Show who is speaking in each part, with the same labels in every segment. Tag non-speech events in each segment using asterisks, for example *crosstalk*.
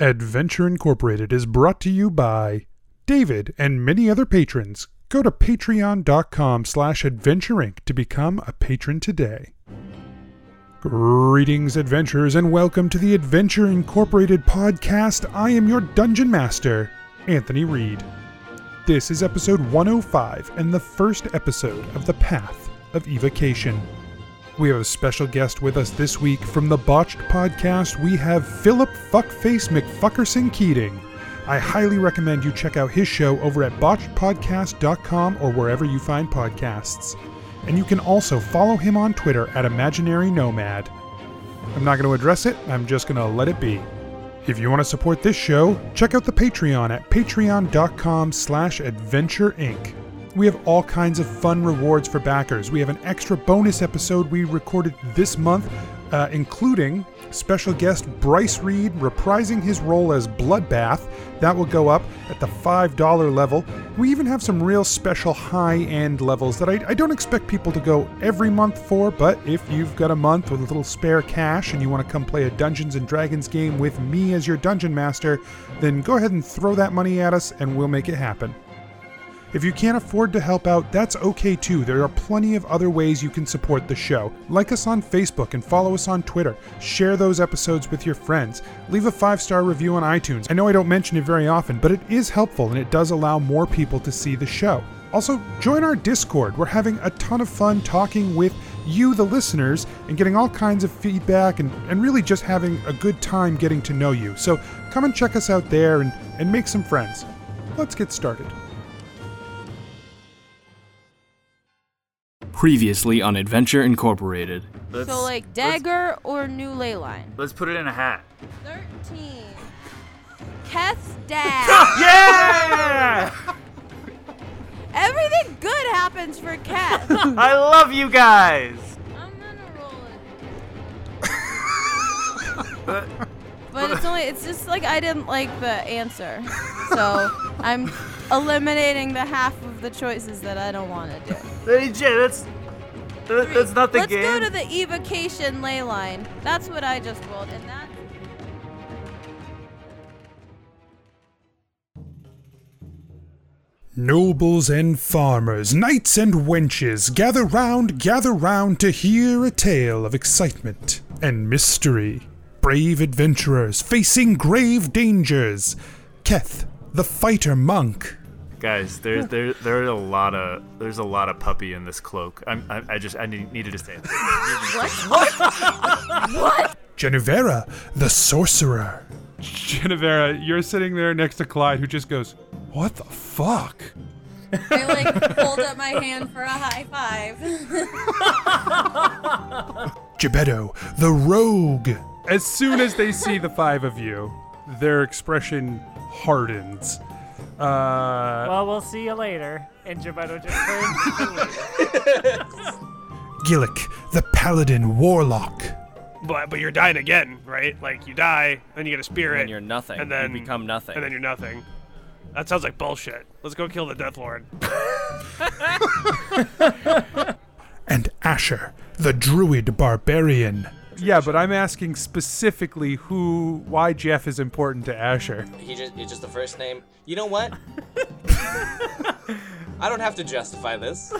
Speaker 1: Adventure Incorporated is brought to you by David and many other patrons. Go to patreon.com slash adventureinc to become a patron today. Greetings, adventurers, and welcome to the Adventure Incorporated podcast. I am your dungeon master, Anthony Reed. This is episode 105 and the first episode of The Path of Evocation. We have a special guest with us this week from the Botched Podcast. We have Philip Fuckface McFuckerson Keating. I highly recommend you check out his show over at botchedpodcast.com or wherever you find podcasts. And you can also follow him on Twitter at Imaginary Nomad. I'm not going to address it, I'm just going to let it be. If you want to support this show, check out the Patreon at patreon.com slash adventure inc. We have all kinds of fun rewards for backers. We have an extra bonus episode we recorded this month, uh, including special guest Bryce Reed reprising his role as Bloodbath. That will go up at the $5 level. We even have some real special high end levels that I, I don't expect people to go every month for, but if you've got a month with a little spare cash and you want to come play a Dungeons and Dragons game with me as your dungeon master, then go ahead and throw that money at us and we'll make it happen. If you can't afford to help out, that's okay too. There are plenty of other ways you can support the show. Like us on Facebook and follow us on Twitter. Share those episodes with your friends. Leave a five star review on iTunes. I know I don't mention it very often, but it is helpful and it does allow more people to see the show. Also, join our Discord. We're having a ton of fun talking with you, the listeners, and getting all kinds of feedback and, and really just having a good time getting to know you. So come and check us out there and, and make some friends. Let's get started.
Speaker 2: Previously on Adventure Incorporated.
Speaker 3: So like dagger or new ley line.
Speaker 4: Let's, let's put it in a hat.
Speaker 3: Thirteen. Keth's
Speaker 4: *laughs*
Speaker 3: dad.
Speaker 4: Yeah!
Speaker 3: Everything good happens
Speaker 4: *laughs*
Speaker 3: for Keth. I'm
Speaker 4: I love you guys.
Speaker 3: gonna roll it,
Speaker 4: *laughs* But
Speaker 3: but it's only it's just like I didn't like the answer,
Speaker 4: *laughs*
Speaker 3: so I'm eliminating the half of the choices that I don't want
Speaker 4: *laughs*
Speaker 3: to do.
Speaker 4: hey, Jay, that's that, that's not the
Speaker 3: Let's
Speaker 4: game.
Speaker 3: go to the evocation ley line. That's what I just rolled, and
Speaker 4: *laughs*
Speaker 3: that.
Speaker 1: Nobles and farmers, knights and wenches, gather round, gather round to hear a tale of excitement and mystery. Brave adventurers facing grave dangers. Keth, the fighter monk.
Speaker 4: guys,
Speaker 3: *laughs*
Speaker 4: there's there there are a lot of there's a lot of puppy in this cloak. I'm, I I just I need, needed to say it.
Speaker 1: Genevera, the sorcerer.
Speaker 5: Genevera, you're sitting there next to Clyde, who just goes,
Speaker 1: What the fuck?
Speaker 3: I like hold up my hand for a high five.
Speaker 1: Gebetto, the rogue.
Speaker 5: as soon as they see the five of you, their expression hardens. Uh,
Speaker 6: Well, we'll see you later. And Gebetto just turns. to leave.
Speaker 1: Gillick, the paladin warlock.
Speaker 7: *laughs* but, but you're dying again, right? Like you die, then you get a spirit,
Speaker 2: And you're nothing.
Speaker 7: and then
Speaker 2: you become nothing.
Speaker 7: and then you're nothing. That sounds like bullshit. Let's go kill the Death Lord.
Speaker 1: And Asher, the druid barbarian.
Speaker 5: yeah, but I'm asking specifically who, why Jeff is important to Asher.
Speaker 8: He just it's just the first name. You know what? I don't have to justify this.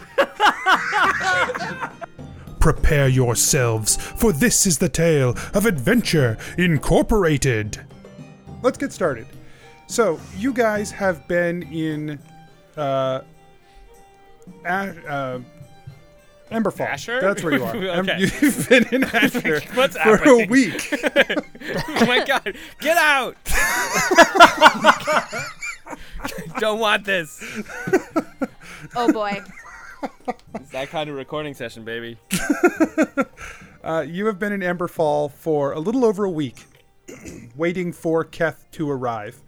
Speaker 1: Prepare yourselves, for this is the tale of Adventure Incorporated. Let's get started. So, you guys have been in uh, a- uh, Emberfall.
Speaker 9: Asher?
Speaker 1: That's where
Speaker 9: *laughs*
Speaker 1: you are. Em-
Speaker 9: Okay.
Speaker 1: *laughs* you've been
Speaker 9: *laughs*
Speaker 1: in Asher
Speaker 9: What's
Speaker 1: for a
Speaker 9: happening?
Speaker 1: week. *laughs*
Speaker 9: Oh my god, get out! Don't want this.
Speaker 3: Oh boy.
Speaker 4: *laughs*
Speaker 9: It's that kind of recording session, baby.
Speaker 5: Uh, you have been in Emberfall for a little over
Speaker 1: *clears throat*
Speaker 5: a week, waiting for Keth to arrive.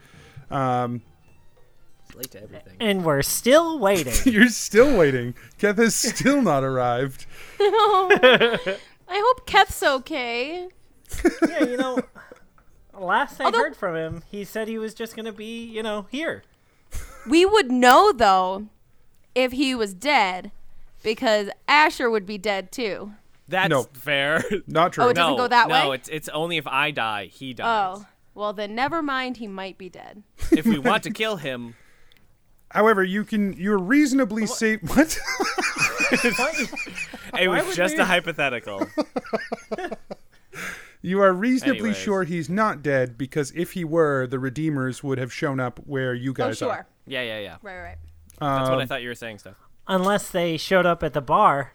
Speaker 5: Um,
Speaker 9: Late to everything.
Speaker 6: and we're still waiting.
Speaker 5: you're still waiting. Keth has still not arrived.
Speaker 3: I hope Keth's okay.
Speaker 6: *laughs* yeah, you know. Last I
Speaker 3: Although-
Speaker 6: heard from him, he said he was just gonna be, you know, here.
Speaker 3: We would know though if he was dead because Asher would be dead too.
Speaker 9: That's
Speaker 5: No.
Speaker 9: fair. *laughs*
Speaker 5: Not true.
Speaker 3: Oh, it doesn't
Speaker 9: no,
Speaker 3: go that
Speaker 9: no,
Speaker 3: way?
Speaker 9: it's it's only if I die, he dies.
Speaker 3: Oh. Well, then never mind. He might be dead.
Speaker 8: *laughs* if we want to kill him,
Speaker 7: *laughs*
Speaker 1: However, you can you're reasonably safe. *laughs* What?
Speaker 8: it was just a hypothetical.
Speaker 1: you are reasonably
Speaker 8: Anyways.
Speaker 1: sure he's not dead because if he were, the Redeemers would have shown up where you
Speaker 3: Oh,
Speaker 1: guys
Speaker 3: sure.
Speaker 1: are.
Speaker 8: Yeah, yeah, yeah.
Speaker 3: Right, right.
Speaker 8: That's
Speaker 7: Um,
Speaker 8: what I thought you were
Speaker 7: *laughs*
Speaker 8: saying, stuff.
Speaker 6: Unless they showed up at the bar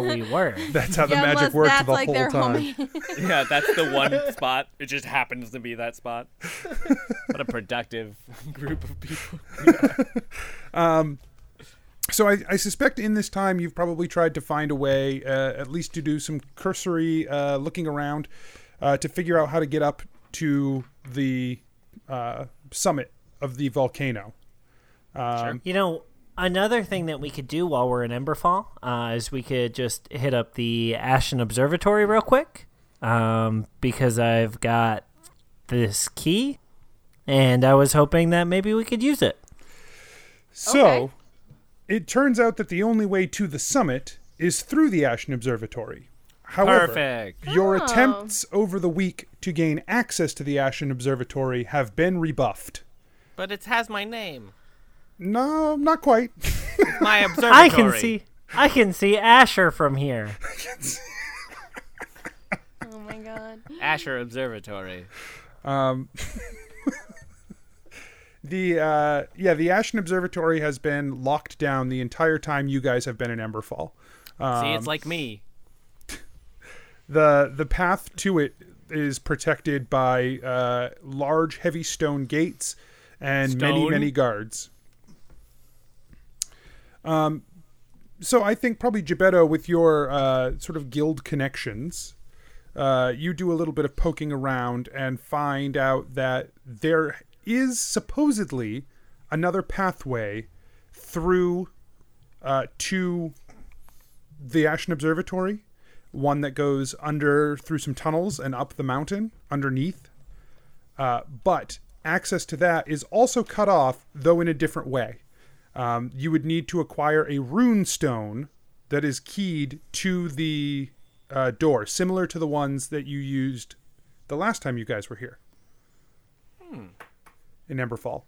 Speaker 3: *laughs*
Speaker 6: we were.
Speaker 1: That's how the
Speaker 3: yeah,
Speaker 1: magic
Speaker 3: unless
Speaker 1: worked
Speaker 3: that's
Speaker 1: the
Speaker 3: like
Speaker 1: whole
Speaker 3: their
Speaker 1: time.
Speaker 3: homie.
Speaker 8: Yeah, that's the one spot. It just happens to be that spot. *laughs* What a productive *laughs* group of people.
Speaker 1: So I, I suspect in this time you've probably tried to find a way, uh, at least to do some cursory uh, looking around, uh, to figure out how to get up to the uh, summit of the volcano.
Speaker 6: You know, another thing that we could do while we're in Emberfall uh, is we could just hit up the Ashen Observatory real quick um, because I've got this key, and I was hoping that maybe we could use it.
Speaker 1: So
Speaker 3: Okay.
Speaker 1: it turns out that the only way to the summit is through the Ashen Observatory. However,
Speaker 8: Perfect.
Speaker 1: your
Speaker 3: Oh.
Speaker 1: attempts over the week to gain access to the Ashen Observatory have been rebuffed.
Speaker 8: *laughs* But it has my name.
Speaker 1: No, not quite.
Speaker 7: *laughs*
Speaker 8: My observatory.
Speaker 6: I can see, I can see Asher from here.
Speaker 3: *laughs* oh my god.
Speaker 8: Asher Observatory.
Speaker 1: The uh, yeah, the Ashen Observatory has been locked down the entire time you guys have been in Emberfall.
Speaker 8: see,
Speaker 7: Um,
Speaker 8: it's like me.
Speaker 1: the The path to it is protected by uh, large, heavy stone gates and many,
Speaker 8: Stone?
Speaker 1: many guards. Um, so I think probably Gebetto, with your uh, sort of guild connections, uh, you do a little bit of poking around and find out that there is supposedly another pathway through uh, to the Ashen Observatory, one that goes under through some tunnels and up the mountain underneath. Uh, but access to that is also cut off, though in a different way. Um, you would need to acquire a rune stone that is keyed to the uh, door, similar to the ones that you used the last time you guys were here in Emberfall.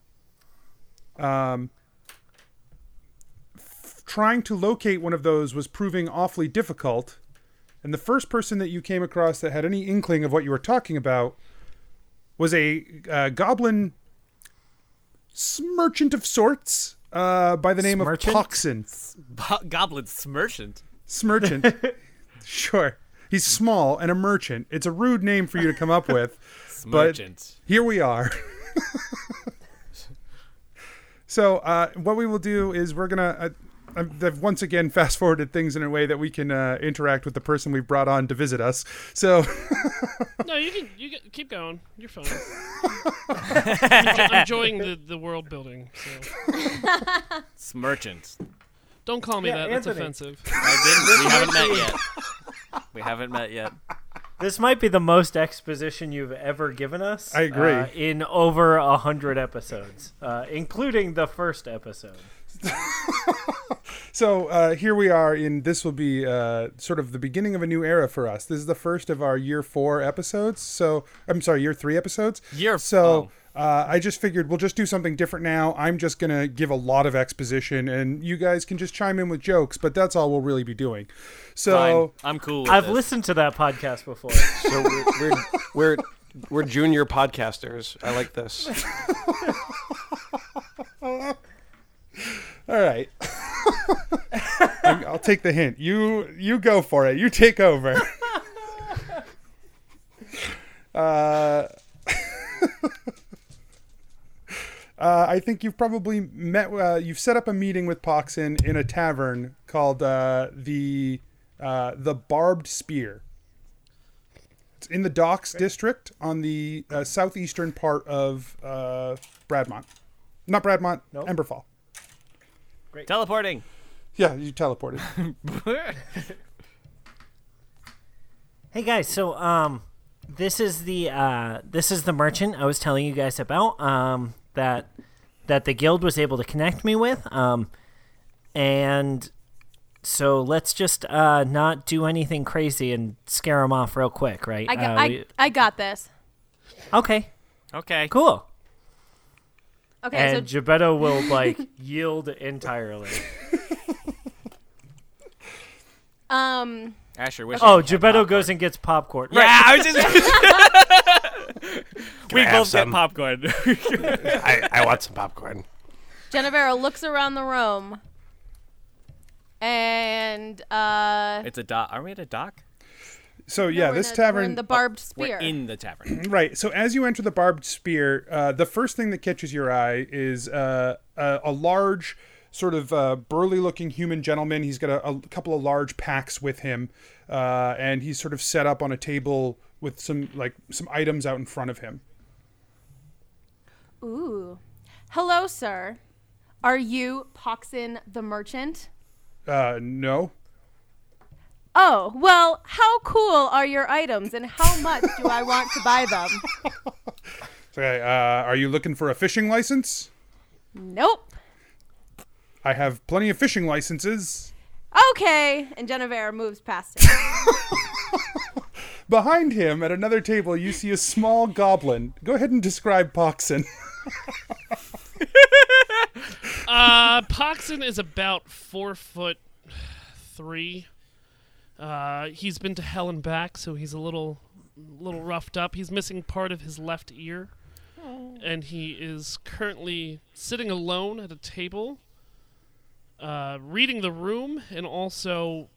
Speaker 1: Um, trying to locate one of those was proving awfully difficult. And the first person that you came across that had any inkling of what you were talking about was a uh, goblin s- merchant of sorts uh, by the name
Speaker 6: Smerchant?
Speaker 1: of Poxon.
Speaker 8: Bo- Goblin Smerchant.
Speaker 1: Smerchant.
Speaker 5: *laughs*
Speaker 1: sure. He's small and a merchant. It's a rude name for you to come up
Speaker 5: *laughs*
Speaker 1: with. but
Speaker 8: Smerchant.
Speaker 1: here we are. so uh, what we will do is we're gonna. Uh, I've I've once again fast forwarded things in a way that we can uh, interact with the person we've brought on to visit us. So *laughs*
Speaker 7: No, you can you can, keep going.
Speaker 4: *laughs*
Speaker 7: You're fine. I'm enjo- I'm enjoying the, the world building. *laughs* So.
Speaker 8: Smerchant.
Speaker 7: Don't call me that. That's offensive.
Speaker 8: we haven't met yet. We haven't met yet.
Speaker 6: This might be the most exposition you've ever given us.
Speaker 1: I agree.
Speaker 6: uh, in over a hundred episodes, uh, including the first episode.
Speaker 1: so uh, here we are. In this will be uh, sort of the beginning of a new era for us. This is the first of our year four episodes. So I'm sorry, year three episodes.
Speaker 8: Year-
Speaker 1: So. Uh, I just figured we'll just do something different now. I'm just gonna give a lot of exposition, and you guys can just chime in with jokes. But that's all we'll really be doing. So
Speaker 8: Fine. I'm cool. With
Speaker 6: I've
Speaker 8: this.
Speaker 6: listened to that podcast before.
Speaker 4: So we're we're, we're we're junior podcasters. I like this.
Speaker 1: All right. I'm- I'll take the hint. You you go for it. You take over. Uh, *laughs* uh, I think you've probably met. Uh, you've set up a meeting with Poxin in a tavern called uh, the uh, the Barbed Spear. It's in the Docks district on the uh, southeastern part of uh, Bradmont, not Bradmont, Emberfall.
Speaker 8: Teleporting.
Speaker 1: Yeah, you
Speaker 6: *laughs*
Speaker 1: teleported.
Speaker 6: Hey guys, so um, this is the uh, this is the merchant I was telling you guys about um, that that the guild was able to connect me with um, and so let's just uh, not do anything crazy and scare him off real quick, right?
Speaker 3: I got,
Speaker 6: Uh,
Speaker 3: I,
Speaker 6: we-
Speaker 3: I got this.
Speaker 6: okay.
Speaker 10: Okay. Cool.
Speaker 3: Okay, so-
Speaker 10: and Gebetto will like *laughs* yield entirely.
Speaker 3: Um.
Speaker 7: Asher
Speaker 4: *laughs*
Speaker 7: wishes.
Speaker 10: Oh, Gebetto goes and gets popcorn.
Speaker 7: Yeah,
Speaker 10: Right.
Speaker 7: I was just. *laughs* we
Speaker 4: I have
Speaker 7: both get
Speaker 4: some?
Speaker 7: popcorn.
Speaker 4: I,
Speaker 7: *laughs*
Speaker 4: I want some popcorn.
Speaker 3: Genevera looks around the room, and uh,
Speaker 7: It's a dock. Are we at a dock?
Speaker 5: So yeah,
Speaker 3: we're
Speaker 5: this
Speaker 3: in a- we're in
Speaker 5: tavern.
Speaker 3: the barbed spear.
Speaker 7: the tavern.
Speaker 5: Right. So as you enter the barbed spear, uh, the first thing that catches your eye is uh, a, a large, sort of uh, burly-looking human gentleman. He's got a, a couple of large packs with him, uh, and he's sort of set up on a table with some like some items out in front of him.
Speaker 3: ooh, hello, sir. Are you Poxin the merchant?
Speaker 5: Uh, no.
Speaker 3: Oh well, how cool are your items, and how much do I want to buy
Speaker 10: *laughs*
Speaker 3: them?
Speaker 5: Okay. Uh, are you looking for a fishing license?
Speaker 3: Nope.
Speaker 5: I have plenty of fishing licenses.
Speaker 3: Okay, and Genevera moves past him.
Speaker 5: Behind him, at another table, you see a small goblin. Go ahead and describe Poxin.
Speaker 6: Uh, Poxon is about four foot three. Uh, he's been to hell and back, so he's a little, little roughed up. He's missing part of his left ear, and he is currently sitting alone at a table, uh, reading the room, and also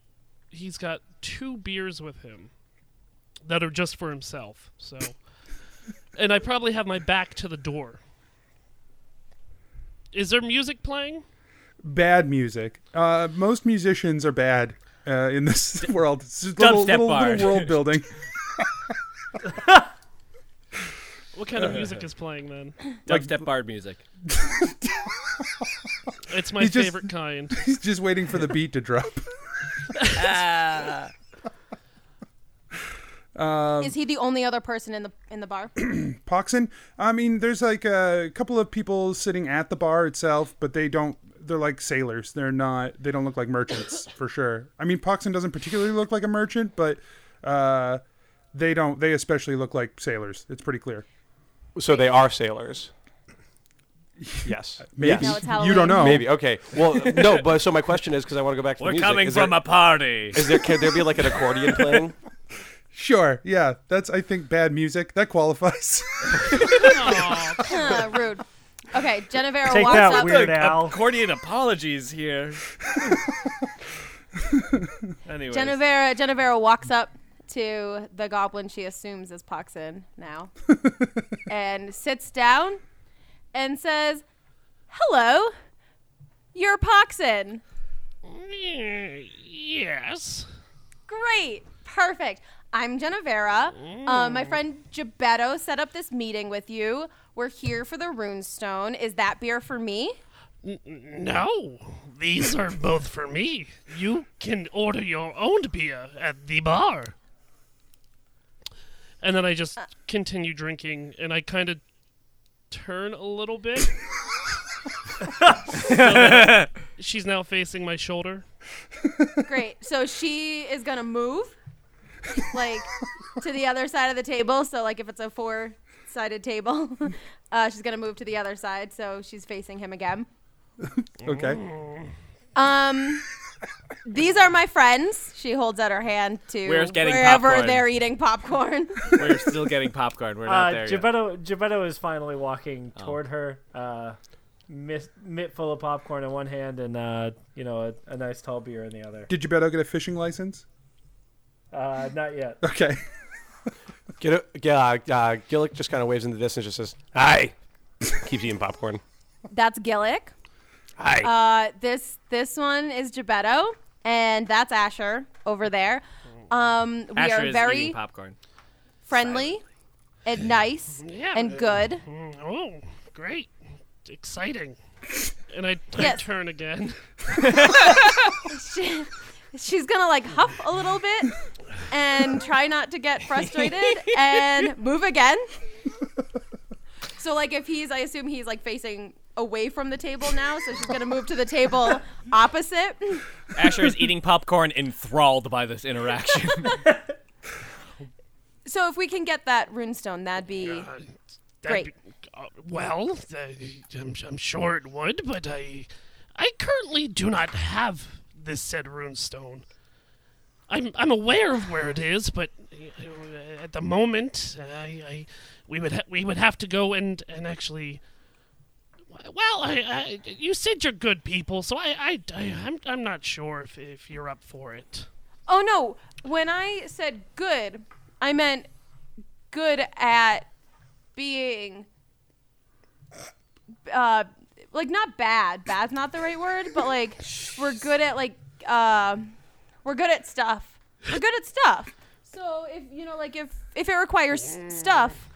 Speaker 6: he's got two beers with him that are just for himself. So, and I probably have my back to the door. Is there music playing?
Speaker 5: bad music. Uh, most musicians are bad uh, in this *laughs* world. It's just
Speaker 6: dubstep
Speaker 5: little, little,
Speaker 6: bard.
Speaker 5: little
Speaker 6: *laughs*
Speaker 5: world building.
Speaker 6: What kind of
Speaker 10: Uh-huh.
Speaker 6: music is playing then?
Speaker 7: Dubstep bard music.
Speaker 6: It's my
Speaker 5: He's just-
Speaker 10: *laughs*
Speaker 6: favorite kind.
Speaker 5: He's just waiting for the beat to drop.
Speaker 6: Ah.
Speaker 5: Um,
Speaker 3: Is he the only other person in the in the
Speaker 10: *coughs*
Speaker 3: bar? *coughs*
Speaker 5: Poxin? I mean, there's like a couple of people sitting at the bar itself, but they don't. They're like sailors. They're not. They don't look like merchants for sure. I mean, Poxin doesn't particularly look like a merchant, but uh, they don't. They especially look like sailors. It's pretty clear.
Speaker 4: So they are
Speaker 5: *laughs*
Speaker 4: sailors. Yes.
Speaker 5: Uh, Maybe. No, it's Halloween. You don't know.
Speaker 4: Maybe. Okay. Well, no. But so my question is because I want to go back to the
Speaker 7: We're
Speaker 4: music.
Speaker 7: coming
Speaker 4: Is there-
Speaker 7: from a party.
Speaker 4: Is there can there be like an accordion playing?
Speaker 5: Sure. Yeah, that's I think bad music that qualifies. *laughs*
Speaker 3: Huh, Uh, Rude. Okay, Genevera
Speaker 10: Take
Speaker 3: walks
Speaker 10: that,
Speaker 3: up.
Speaker 10: Weird Al.
Speaker 7: Accordion apologies here.
Speaker 11: *laughs*
Speaker 7: Anyways.
Speaker 3: Genevera Genevera uh, walks up to the goblin she assumes is Poxin now, and sits down, and says, "Hello, you're Poxin.
Speaker 6: Yes.
Speaker 3: Great, perfect. I'm Genevera. Uh, my friend Gebetto set up this meeting with you. We're here for the runestone. Is that beer for me?
Speaker 6: No, these are both for me. You can order your own beer at the bar. And then I just continue drinking, and I kind of turn a little bit.
Speaker 10: *laughs*
Speaker 6: So that she's now facing my shoulder.
Speaker 3: Great. So she is gonna move, like, to the other side of the table. So like, if it's a four-sided table, *laughs* uh, she's gonna move to the other side. So she's facing him again.
Speaker 4: Mm.
Speaker 5: okay.
Speaker 3: Um, these are my friends. She holds out her hand to
Speaker 7: Where's getting
Speaker 3: wherever
Speaker 7: popcorn?
Speaker 3: they're eating popcorn. *laughs*
Speaker 7: We're still getting popcorn. We're not
Speaker 10: Uh,
Speaker 7: Ah, there yet.
Speaker 10: Gebetto, Gebetto is finally walking toward her, uh, mitt, mitt full of popcorn in one hand and uh, you know a, a nice tall beer in the other.
Speaker 5: Did you better get a fishing license?
Speaker 10: Uh, not yet.
Speaker 5: Okay. *laughs*
Speaker 4: Get it? Yeah. Uh, Gillick just kind of waves in the distance, just says, "Hi." *laughs* Keeps eating popcorn.
Speaker 3: That's Gillick.
Speaker 4: Hi.
Speaker 3: Uh, this this one is Gebetto, and that's Asher over there. Um, we
Speaker 7: Asher
Speaker 3: are
Speaker 7: is
Speaker 3: very
Speaker 7: eating popcorn.
Speaker 3: friendly and nice and good.
Speaker 6: Mm, *laughs* Oh, great. Exciting. And I, I
Speaker 3: Yes.
Speaker 6: turn again. *laughs*
Speaker 3: she, *laughs* she's gonna like huff a little bit and try not to get frustrated and move again. So like if he's, I assume he's like facing away from the table now, so she's gonna move to the table opposite.
Speaker 7: Asher is eating popcorn, enthralled by this interaction.
Speaker 3: So if we can get that runestone, that'd be Great.
Speaker 6: uh, well, I, I'm, I'm sure it would, but I, I currently do not have this said runestone. I'm I'm aware of where it is, but uh, at the moment, I, I we would ha- we would have to go and and actually. Well, I, I you said you're good people, so I, I, I am I'm not sure if if you're up for it.
Speaker 3: Oh no! When I said good, I meant good at being uh like not bad. Bad's not the right word, but like we're good at like uh, we're good at stuff. We're good at stuff. So if you know like if if it requires stuff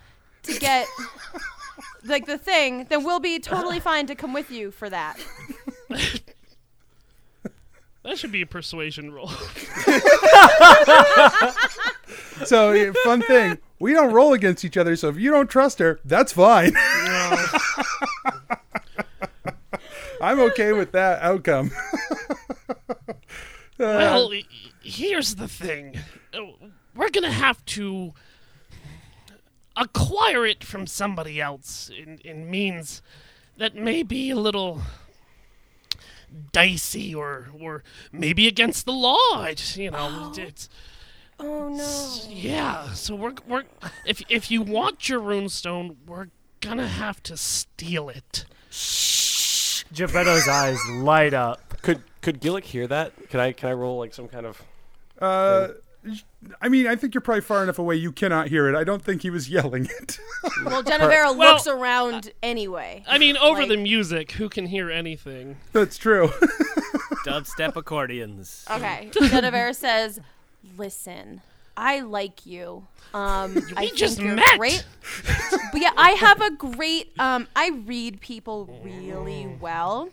Speaker 3: to get like the thing, then we'll be totally fine to come with you for that.
Speaker 6: That should be a persuasion roll. *laughs*
Speaker 1: So yeah, *laughs* fun thing, we don't roll against each other. So if you don't trust her, that's
Speaker 5: *laughs*
Speaker 1: fine. I'm okay with that outcome.
Speaker 6: Well, e- here's the thing. Oh, We're going to have to acquire it from somebody else in, in means that may be a little dicey or or maybe against the law. I just, you
Speaker 3: *gasps*
Speaker 6: know, it's
Speaker 3: Oh no.
Speaker 6: yeah, so we're we're if if you want your runestone, we're going to have to steal it.
Speaker 12: Geppetto's eyes light
Speaker 11: *laughs*
Speaker 12: up.
Speaker 11: Could could Gillick hear that? Can I can I roll like some kind of?
Speaker 1: Uh, I mean, I think you're probably far enough away you cannot hear it. I don't think he was yelling it.
Speaker 3: Well, Genevera
Speaker 6: Well,
Speaker 3: looks around anyway.
Speaker 6: I mean, over
Speaker 3: Like-
Speaker 6: the music, who can hear anything?
Speaker 1: That's true.
Speaker 7: Dubstep
Speaker 3: *laughs*
Speaker 7: accordions.
Speaker 3: Okay. Genevera says, "Listen, I like you.
Speaker 6: *laughs*
Speaker 3: Um, I think
Speaker 6: just
Speaker 3: you're
Speaker 6: met."
Speaker 3: great. But yeah, I have a great. Um, I read people really well.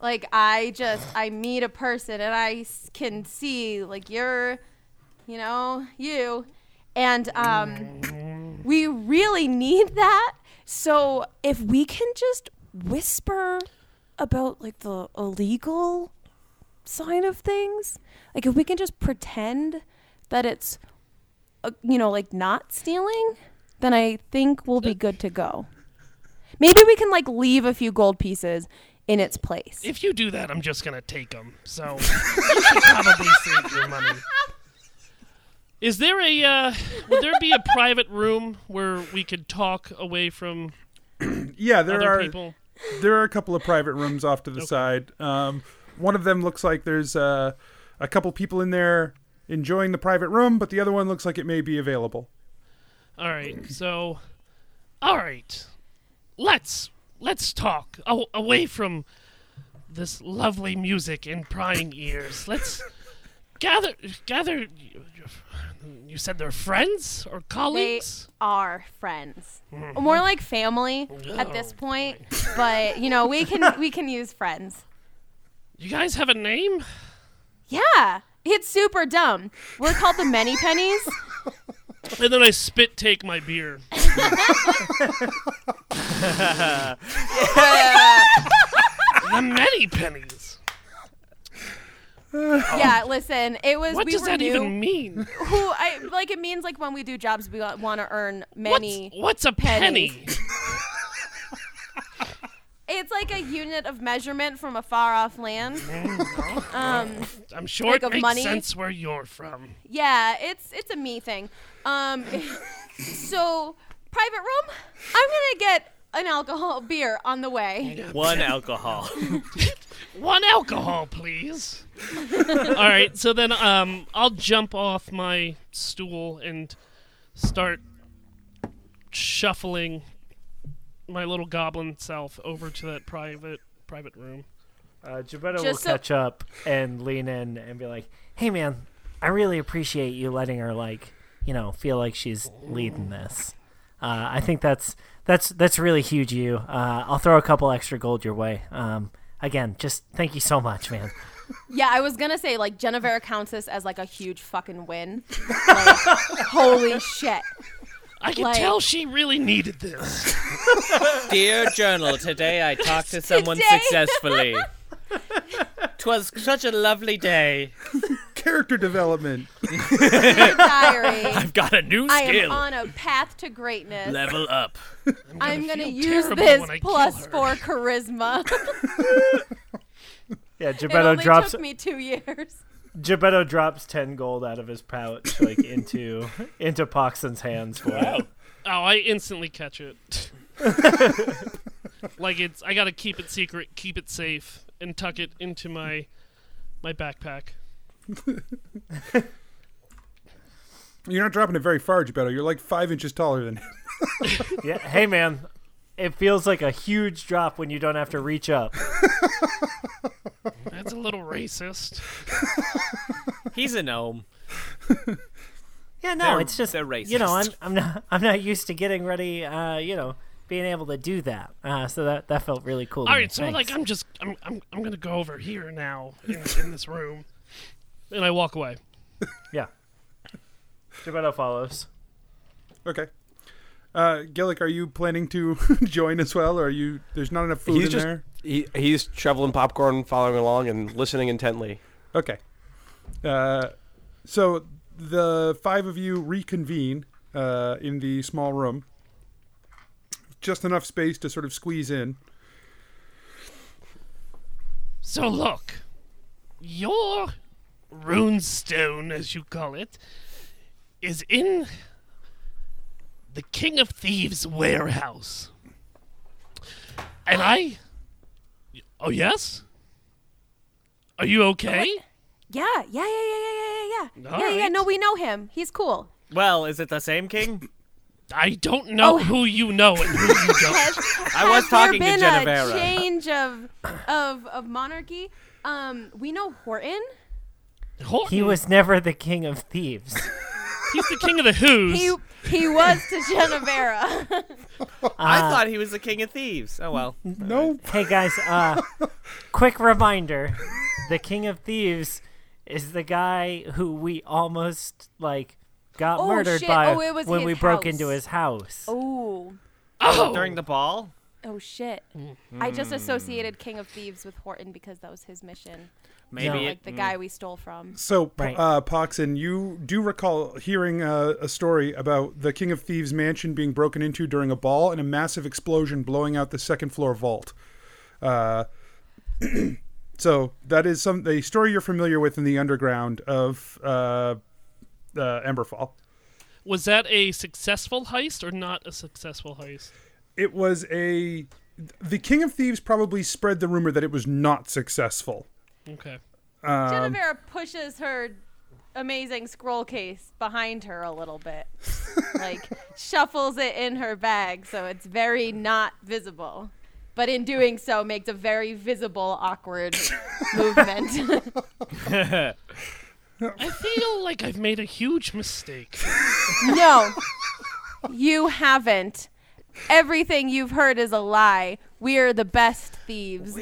Speaker 3: Like I just, I meet a person and I s- can see like you're, you know, you, and um, we really need that. So if we can just whisper about like the illegal side of things. Like if we can just pretend that it's, uh, you know, like not stealing, then I think we'll be good to go. Maybe we can like leave a few gold pieces in its place.
Speaker 6: If you do that, I'm just gonna take them.
Speaker 3: *laughs*
Speaker 6: So you should probably save your money. Is there a uh, would there be a private room where we could talk away from
Speaker 1: yeah, there
Speaker 6: other
Speaker 1: are
Speaker 6: people?
Speaker 1: there are a couple of private rooms off to the side. Um, one of them looks like there's uh, a couple people in there enjoying the private room, but the other one looks like it may be available.
Speaker 6: All right. So, all right. Let's let's talk a- away from this lovely music and prying ears. Let's gather gather. You said they're friends or
Speaker 3: they
Speaker 6: colleagues?
Speaker 3: are friends,
Speaker 6: Mm-hmm.
Speaker 3: more like family at this
Speaker 6: *laughs*
Speaker 3: point. But you know, we can we can use friends.
Speaker 6: You guys have a name?
Speaker 3: Yeah, it's super dumb. We're called the Many
Speaker 6: *laughs*
Speaker 3: Pennies.
Speaker 6: And then I spit take
Speaker 3: *laughs*
Speaker 6: my beer. *laughs* the many pennies.
Speaker 3: Yeah, listen, it was.
Speaker 6: What
Speaker 3: we
Speaker 6: does
Speaker 3: were
Speaker 6: that
Speaker 3: new.
Speaker 6: even mean?
Speaker 3: Who I like it means like when we do jobs we want to earn many.
Speaker 6: What's, what's a penny?
Speaker 3: It's like a unit of measurement from a far off land. um,
Speaker 6: I'm sure
Speaker 3: Like
Speaker 6: it
Speaker 3: of
Speaker 6: makes
Speaker 3: money?
Speaker 6: sense where you're from.
Speaker 3: yeah, it's it's a me thing. Um, *laughs* so private room. I'm gonna get an alcohol *laughs* beer on the way.
Speaker 7: One alcohol.
Speaker 6: One alcohol, please. All right, so then um, I'll jump off my stool and start shuffling my little goblin self over to that private private room.
Speaker 12: Uh, Geppetto will
Speaker 3: Just so-
Speaker 12: catch up and lean in and be like, "Hey, man, I really appreciate you letting her like, you know, feel like she's leading this. Uh, I think that's that's that's really huge. of You, uh, I'll throw a couple extra gold your way. Um, again, just thank you so much, man.
Speaker 3: Yeah, I was gonna say like Genevera counts this as like a huge fucking win. Like, *laughs* holy shit.
Speaker 6: I can
Speaker 3: Like-
Speaker 6: tell she really needed this.
Speaker 7: Dear journal, today I talked to
Speaker 3: *laughs*
Speaker 7: someone
Speaker 3: Today.
Speaker 7: successfully. 'Twas such a lovely day.
Speaker 5: *laughs* character development.
Speaker 3: Dear diary.
Speaker 2: *laughs* I've got a new
Speaker 3: I am
Speaker 2: skill.
Speaker 3: on a path to greatness.
Speaker 2: Level up.
Speaker 3: I'm gonna
Speaker 7: feel
Speaker 3: use
Speaker 7: terrible
Speaker 3: this
Speaker 7: when I kill
Speaker 3: plus four charisma.
Speaker 6: Yeah,
Speaker 3: it
Speaker 6: Gebetto
Speaker 3: only
Speaker 6: drops
Speaker 3: took me two years.
Speaker 6: Gebetto drops ten gold out of his pouch, like into into Poxon's hands for it.
Speaker 7: Oh, I instantly catch
Speaker 6: *laughs*
Speaker 7: it. like it's I gotta keep it secret, keep it safe, and tuck it into my my backpack.
Speaker 5: You're not dropping it very far, Gebetto. You're like five inches taller than him. *laughs*
Speaker 6: Yeah, hey man, it feels like a huge drop when you don't have to reach up.
Speaker 7: That's a little racist.
Speaker 2: He's a gnome.
Speaker 6: Yeah, no,
Speaker 2: They're-
Speaker 6: it's just
Speaker 2: they're
Speaker 6: You know, I'm
Speaker 2: racist.
Speaker 6: I'm not *laughs* I'm not used to getting ready. Uh, you know, being able to do that. Uh, so that that felt really cool. to
Speaker 7: All
Speaker 6: me.
Speaker 7: right, so
Speaker 6: Thanks.
Speaker 7: like I'm just I'm I'm I'm gonna go over here now in, in this room, and I walk away.
Speaker 6: yeah. Gebetto follows.
Speaker 5: Okay. Uh, Gillick, are you planning to *laughs* join as well? Or are you? There's not enough food
Speaker 4: he's
Speaker 5: in
Speaker 4: just
Speaker 5: there.
Speaker 4: He, he's shoveling popcorn, following along, and listening intently.
Speaker 5: Okay. Uh, so the five of you reconvene uh, in the small room. Just enough space to sort of squeeze in.
Speaker 7: So look, your runestone, as you call it, is in the King of Thieves warehouse. And I. Oh, yes? Are you okay?
Speaker 6: Oh,
Speaker 3: Yeah, yeah, yeah, yeah, yeah, yeah, yeah, yeah.
Speaker 7: All
Speaker 3: yeah, yeah.
Speaker 7: right.
Speaker 3: No, we know him. He's cool.
Speaker 2: Well, is it the same king?
Speaker 7: I don't know
Speaker 6: Oh.
Speaker 7: who you know and who
Speaker 6: *laughs*
Speaker 7: you
Speaker 3: Has,
Speaker 7: don't.
Speaker 2: I was
Speaker 3: has
Speaker 2: talking to
Speaker 3: there been
Speaker 2: Genevera.
Speaker 3: a change of of of monarchy? Um, we know Horton.
Speaker 6: He was never the king of thieves.
Speaker 7: He's the king of the who's.
Speaker 3: He he was to Genevera.
Speaker 2: I
Speaker 7: Ah.
Speaker 2: thought he was the king of thieves. Oh well.
Speaker 5: No.
Speaker 6: Hey guys,
Speaker 7: *laughs*
Speaker 6: uh, quick reminder: the King of Thieves is the guy who we almost like got
Speaker 3: Oh,
Speaker 6: murdered
Speaker 3: shit.
Speaker 6: by
Speaker 3: Oh, it was
Speaker 6: when
Speaker 3: his
Speaker 6: we broke
Speaker 3: house.
Speaker 6: into his house.
Speaker 3: oh,
Speaker 2: During the ball?
Speaker 3: oh shit! I just associated King of Thieves with Horton because that was his mission.
Speaker 2: Maybe
Speaker 3: So,
Speaker 2: it-
Speaker 3: *laughs* like the guy we stole from.
Speaker 5: So, P-
Speaker 6: Right.
Speaker 5: uh, Poxon, you do recall hearing uh, a story about the King of Thieves mansion being broken into during a ball and a massive explosion blowing out the second floor vault. Uh, *clears throat* so that is some a story you're familiar with in the underground of uh, uh, Emberfall.
Speaker 7: Was that a successful heist or not a successful heist?
Speaker 5: It was a the King of Thieves probably spread the rumor that it was not successful.
Speaker 7: Okay.
Speaker 5: Um,
Speaker 3: Genevera pushes her amazing scroll case behind her a little bit, like shuffles it in her bag so it's very not visible. But in doing so, makes a very visible, awkward movement. *laughs*
Speaker 7: I feel like I've made a huge mistake.
Speaker 3: no, you haven't. Everything you've heard is a lie. We are the best thieves.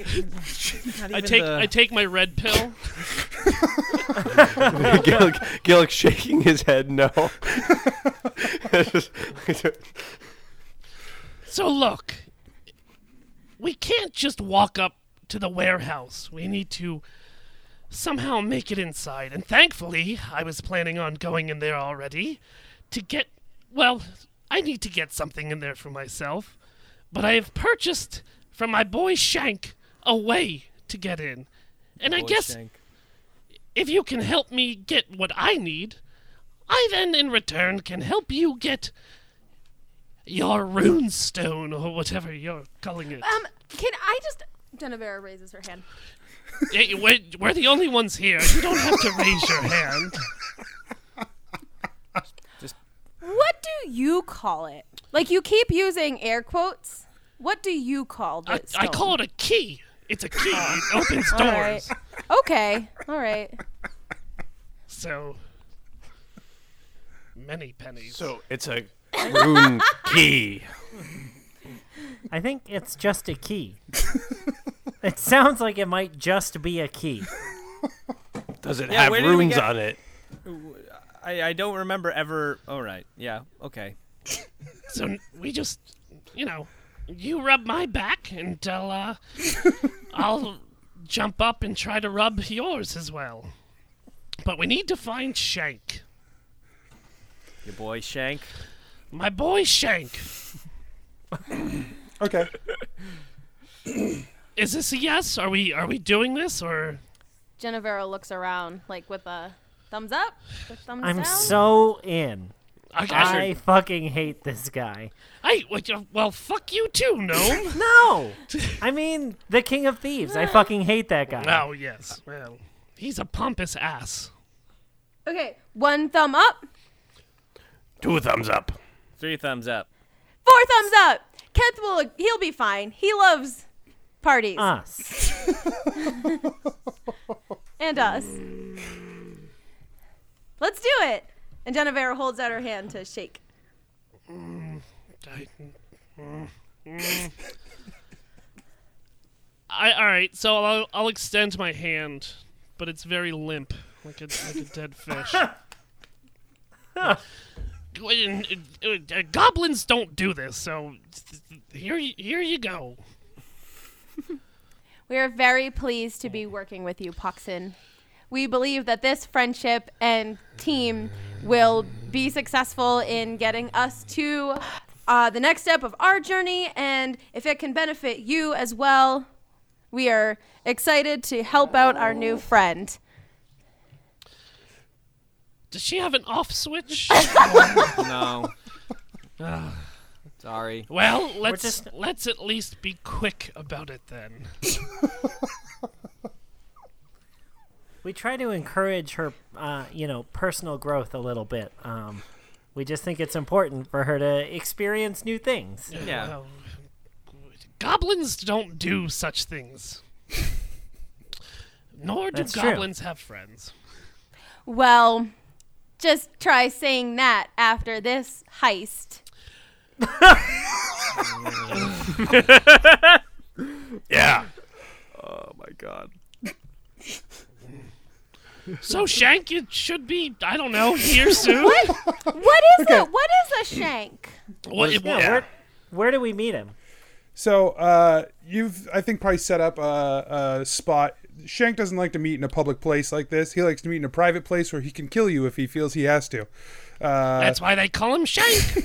Speaker 7: I take I take my red pill.
Speaker 4: *laughs* Gillick, Gillick's shaking his head no. *laughs*
Speaker 7: So look, we can't just walk up to the warehouse. We need to somehow make it inside. And thankfully, I was planning on going in there already to get well, I need to get something in there for myself. But I have purchased from my boy Shank a way to get in. And I guess if you can help me get what I need, I then in return can help you get your runestone or whatever you're calling it.
Speaker 3: Um, can I just? Genevera raises her hand.
Speaker 7: Hey, we're, we're the only ones here. You don't have to raise your hand.
Speaker 3: What do you call it? Like you keep using air quotes. What do you call
Speaker 7: I,
Speaker 3: this?
Speaker 7: I call it a key. It's a key. It opens doors.
Speaker 3: Okay. All right.
Speaker 7: So many pennies.
Speaker 4: So it's a rune key.
Speaker 6: I think it's just a key. it sounds like it might just be a key.
Speaker 4: Does it
Speaker 2: Yeah,
Speaker 4: have
Speaker 2: where did we
Speaker 4: runes
Speaker 2: get-
Speaker 4: on it?
Speaker 2: I, I don't remember ever.
Speaker 8: oh,
Speaker 2: All right. Yeah. Okay.
Speaker 7: So we just, you know, you rub my back until uh, I'll jump up and try to rub yours as well. But we need to find Shank.
Speaker 8: Your boy Shank.
Speaker 7: My boy Shank.
Speaker 1: okay.
Speaker 7: Is this a yes? Are we are we doing this or
Speaker 3: Genevera looks around, like with a thumbs up, with thumbs
Speaker 6: I'm
Speaker 3: down.
Speaker 6: so in.
Speaker 7: I, got
Speaker 6: I
Speaker 7: you.
Speaker 6: fucking hate this guy.
Speaker 7: Hey, what you- well, fuck you too,
Speaker 6: *laughs*
Speaker 7: gnome.
Speaker 6: no, I mean the King of Thieves. I fucking hate that guy.
Speaker 7: Oh
Speaker 6: Uh,
Speaker 7: yes. Well, he's a pompous ass.
Speaker 3: okay, one thumb up,
Speaker 13: Two thumbs up.
Speaker 8: Three thumbs up.
Speaker 3: four thumbs up. Keth will he'll be fine. He loves parties
Speaker 6: Ah. Us.
Speaker 3: and us. Let's do it. And Genevera holds out her hand to shake.
Speaker 7: I, mm, mm. I all right. So I'll I'll extend my hand, but it's very limp, like a like a dead
Speaker 6: *laughs*
Speaker 7: fish. When- uh, uh, Goblins don't do this, so here y- here you go.
Speaker 3: We are very pleased to be working with you, Poxon. We believe that this friendship and team will be successful in getting us to uh, the next step of our journey, and if it can benefit you as well, we are excited to help out our new friend.
Speaker 7: Does she have an off switch?
Speaker 6: *laughs*
Speaker 8: *laughs* No. Ah, Sorry.
Speaker 7: Well,
Speaker 6: We're
Speaker 7: let's
Speaker 6: just-
Speaker 7: let's at least be quick about it then.
Speaker 6: We try to encourage her, uh, you know, personal growth a little bit. Um, we just think it's important for her to experience new things.
Speaker 8: Yeah.
Speaker 7: Well, Oh, goblins don't do such things. Nor do
Speaker 6: That's true.
Speaker 7: goblins have friends.
Speaker 3: Well, just try saying that after this heist.
Speaker 13: Yeah.
Speaker 8: Oh my god. *laughs*
Speaker 7: So Shank, it should be I don't know
Speaker 6: *laughs*
Speaker 7: here soon. what?
Speaker 3: What is it? What is a shank?
Speaker 7: it-
Speaker 6: Yeah, Where, where do we meet him?
Speaker 1: So uh, you've, I think, probably set up a, a spot. Shank doesn't like to meet in a public place like this. He likes to meet in a private place where he can kill you if he feels he has to. Uh,
Speaker 7: That's why they call him Shank.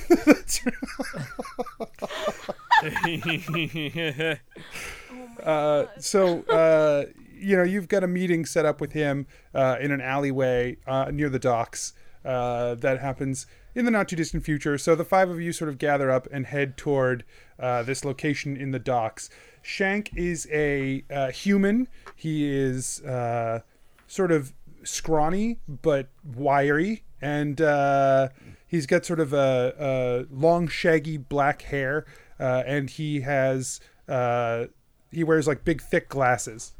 Speaker 1: uh, so uh, you know you've got a meeting set up with him uh, in an alleyway uh, near the docks uh, that happens in the not too distant future so the five of you sort of gather up and head toward uh, this location in the docks shank is a uh, human he is uh, sort of scrawny but wiry and uh, he's got sort of a, a long shaggy black hair uh, and he has uh, he wears like big thick glasses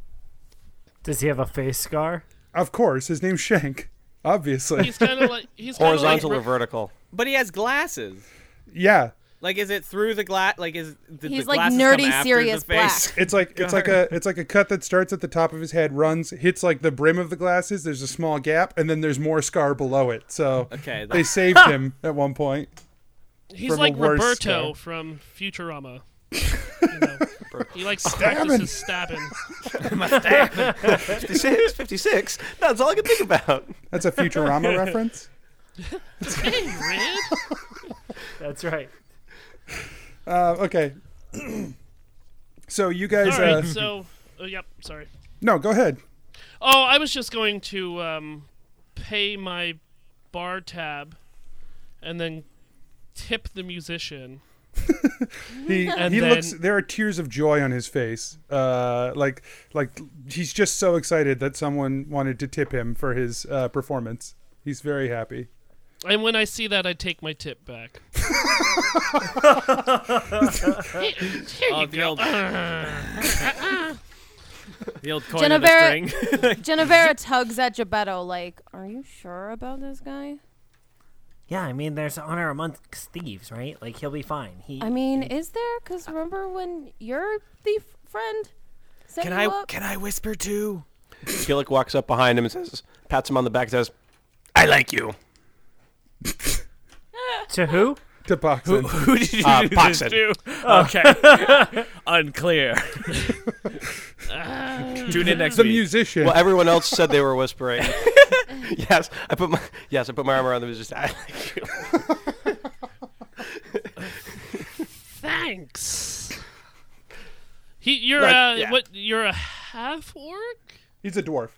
Speaker 6: Does he have a face scar?
Speaker 1: of course his name's shank obviously
Speaker 7: He's
Speaker 6: *laughs*
Speaker 7: kind of like he's kinda
Speaker 4: Horizontal
Speaker 7: like,
Speaker 4: or vertical?
Speaker 8: But he has glasses.
Speaker 1: yeah
Speaker 8: Like, is it through the glass? Like, is the,
Speaker 3: He's
Speaker 8: the
Speaker 3: like
Speaker 8: glasses
Speaker 3: nerdy
Speaker 8: come after
Speaker 3: serious
Speaker 8: the face? *laughs*
Speaker 1: it's like it's like a it's like a cut that starts at the top of his head runs hits like the brim of the glasses there's a small gap and then there's more scar below it so
Speaker 8: Okay, that-
Speaker 1: they saved him at one point
Speaker 7: he's
Speaker 1: from a
Speaker 7: like
Speaker 1: worse
Speaker 7: Roberto
Speaker 1: guy.
Speaker 7: from Futurama.
Speaker 1: *laughs*
Speaker 7: You know, he like
Speaker 6: Oh,
Speaker 1: Stabbing.
Speaker 7: practices
Speaker 6: *laughs*
Speaker 7: stabbing.
Speaker 4: Fifty-six. Fifty-six. That's all I can think
Speaker 8: *laughs*
Speaker 4: about.
Speaker 1: that's a futurama reference
Speaker 7: Hey, Red.
Speaker 6: That's right.
Speaker 1: uh, okay *clears throat* so you guys
Speaker 7: All
Speaker 1: uh,
Speaker 7: right, so oh, yep, sorry.
Speaker 1: no go ahead
Speaker 7: Oh, I was just going to um, pay my bar tab and then tip the musician.
Speaker 1: He
Speaker 7: And
Speaker 1: he
Speaker 7: then-
Speaker 1: looks. There are tears of joy on his face. Uh, like like he's just so excited that someone wanted to tip him for his uh, performance. He's very happy.
Speaker 7: And when I see that, I take my tip back. Here- here
Speaker 8: Oh,
Speaker 7: you
Speaker 8: the
Speaker 7: go.
Speaker 8: *laughs* old-
Speaker 13: Uh,
Speaker 8: The old coin on the
Speaker 3: Genevera-
Speaker 8: string. *laughs*
Speaker 3: Genevera tugs at Gebetto, like, are you sure about this guy?
Speaker 6: Yeah, I mean, there's honor amongst thieves, right? Like he'll be fine. He.
Speaker 3: I mean, is there? Because remember when your thief friend set
Speaker 8: Can
Speaker 3: you
Speaker 8: I
Speaker 3: up?
Speaker 8: can I whisper too?
Speaker 4: Gillick walks up behind him and says, pats him on the back and says, "I like you."
Speaker 6: to who?
Speaker 1: To boxing.
Speaker 8: Who did you
Speaker 4: Uh,
Speaker 8: do this
Speaker 4: Poxin.
Speaker 8: to? Okay. *laughs* Unclear. Tune in next
Speaker 1: the
Speaker 8: week.
Speaker 1: musician.
Speaker 4: Well, everyone else said they were whispering. *laughs* yes, I put my yes, I put my arm around them. and Just I,
Speaker 7: Thanks. He, you're
Speaker 4: Right,
Speaker 7: a
Speaker 4: yeah.
Speaker 7: what? You're a half orc?
Speaker 1: He's a dwarf.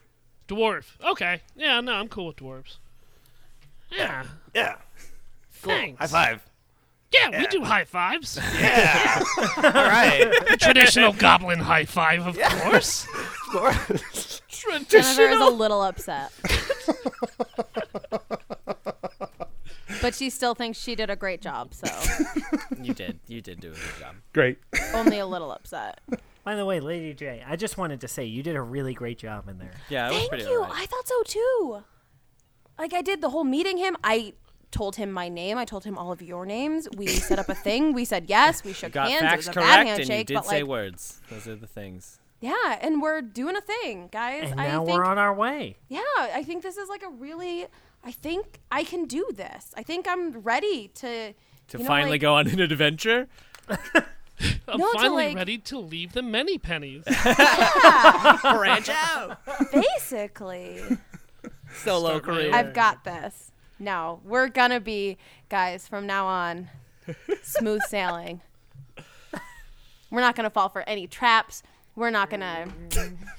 Speaker 7: Dwarf. Okay. Yeah. No, I'm cool with dwarves. Yeah.
Speaker 13: Yeah.
Speaker 7: Cool. Thanks.
Speaker 13: High five.
Speaker 7: Yeah, we
Speaker 13: Yeah.
Speaker 7: do high fives.
Speaker 13: Yeah. All right.
Speaker 7: The
Speaker 8: *laughs*
Speaker 7: Traditional goblin high five, of course.
Speaker 4: of course.
Speaker 3: Jennifer is a little
Speaker 8: *laughs*
Speaker 3: upset. but she still thinks she did a great job, so
Speaker 8: You did. You did do a good job.
Speaker 1: Great.
Speaker 3: only a little
Speaker 8: *laughs*
Speaker 3: upset.
Speaker 6: By the way, Lady J, I just wanted to say you did a really great job in there.
Speaker 8: Yeah, it was pretty
Speaker 3: Thank you.
Speaker 8: alright.
Speaker 3: I thought so too. Like I did the whole meeting him. I told him my name. I told him all of your names. We set up a thing. We said yes. We shook
Speaker 8: Got
Speaker 3: hands. it
Speaker 8: facts
Speaker 3: was a bad
Speaker 8: correct, and
Speaker 3: handshake,
Speaker 8: you did
Speaker 3: but
Speaker 8: say
Speaker 3: like,
Speaker 8: words. Those are the things.
Speaker 3: yeah, and we're doing a thing, guys.
Speaker 6: And
Speaker 3: I
Speaker 6: now
Speaker 3: think
Speaker 6: we're on our way.
Speaker 3: Yeah, I think this is like a really. I think I can do this. I think I'm ready to.
Speaker 8: To
Speaker 3: you know,
Speaker 8: finally
Speaker 3: like-
Speaker 8: go *laughs* on an adventure.
Speaker 7: I'm
Speaker 3: No, to,
Speaker 7: finally
Speaker 3: like-
Speaker 7: ready to leave the many pennies.
Speaker 3: Branch out. Basically,
Speaker 8: Solo career.
Speaker 3: I've got this. No, we're gonna be guys from now on. Smooth sailing. We're not gonna fall for any traps. We're not gonna,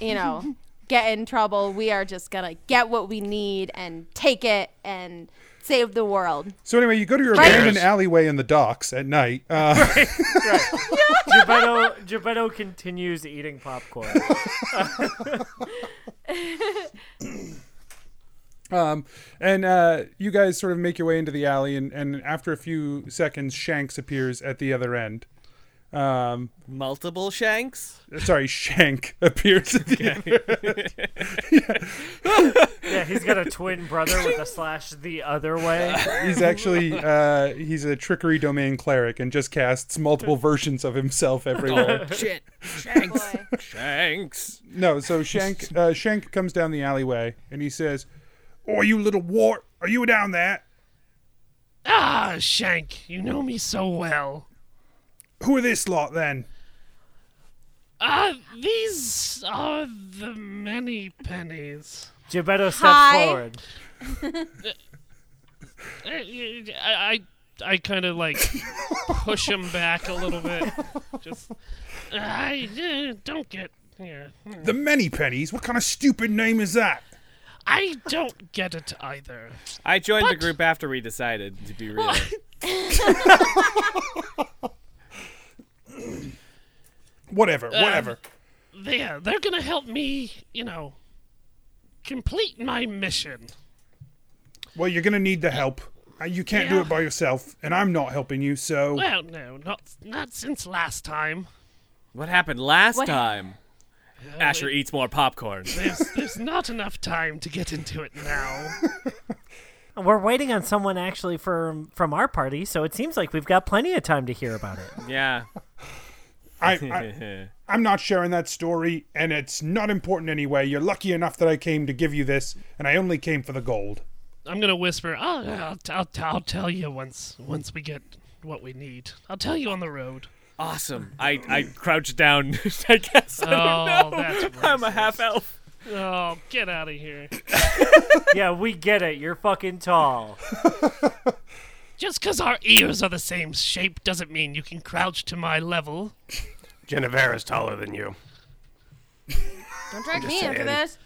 Speaker 3: you know, get in trouble. We are just gonna get what we need and take it and save the world.
Speaker 1: So anyway, you go to your
Speaker 3: Right.
Speaker 1: abandoned alleyway in the docks at night. Uh,
Speaker 6: *laughs* Geppetto, Geppetto continues eating popcorn.
Speaker 1: Um, and uh, you guys sort of make your way into the alley, and, and after a few seconds, Shanks appears at the other end. Um,
Speaker 8: Multiple shanks.
Speaker 1: sorry, Shank *laughs* appears at the other end.
Speaker 6: yeah, he's got a twin brother with a slash the other way.
Speaker 1: he's actually uh, he's a trickery domain cleric and just casts multiple versions of himself
Speaker 7: *laughs*
Speaker 1: everywhere.
Speaker 7: Oh.
Speaker 8: shit. Shanks. Shanks.
Speaker 1: No, so Shank uh, Shank comes down the alleyway and he says, "Oh, you little wart, are you down there?
Speaker 7: ah, Shank, you know me so well.
Speaker 1: Who are this lot then?"
Speaker 7: Ah, these are the many pennies.
Speaker 6: Geppetto steps
Speaker 7: Hi.
Speaker 6: forward.
Speaker 7: Eh, I, I, I kind of like push him back a little bit. Just, I uh, don't get. Yeah.
Speaker 1: The many pennies. What kind of stupid name is that?
Speaker 7: I don't get it either.
Speaker 8: I joined the group after we decided to be real.
Speaker 1: Whatever,
Speaker 5: Uh.
Speaker 7: Um,
Speaker 1: whatever.
Speaker 7: Yeah, they're gonna help me, you know, complete my mission.
Speaker 1: Well, you're gonna need the help. Uh, You can't do
Speaker 7: Yeah.
Speaker 1: it by yourself, and I'm not helping you. So
Speaker 7: Well, no, not not since last time.
Speaker 8: What happened last
Speaker 7: What-
Speaker 8: time? Asher eats more *laughs* popcorn.
Speaker 7: There's there's not enough time to get into it now.
Speaker 6: We're waiting on someone actually from from our party, so it seems like we've got plenty of time to hear about it.
Speaker 8: yeah.
Speaker 1: I, I, I'm not sharing that story, and it's not important anyway. You're lucky enough that I came to give you this, and I only came for the gold. *laughs*
Speaker 7: I'm gonna whisper. I'll, I'll, I'll, I'll tell you once once we get what we need. I'll tell you on
Speaker 3: *laughs*
Speaker 7: the road.
Speaker 8: *laughs* Awesome. I, I crouched down, *laughs* I guess. I
Speaker 7: Oh,
Speaker 8: don't know.
Speaker 7: that's
Speaker 8: *laughs* I'm a half elf.
Speaker 7: Oh, get out of here!
Speaker 6: yeah, we get it. You're fucking tall.
Speaker 7: Just 'cause our ears are the same shape doesn't mean you can crouch to my level.
Speaker 13: Genevera's taller than you.
Speaker 3: Don't drag
Speaker 13: Just
Speaker 3: me into
Speaker 13: saying.
Speaker 3: this.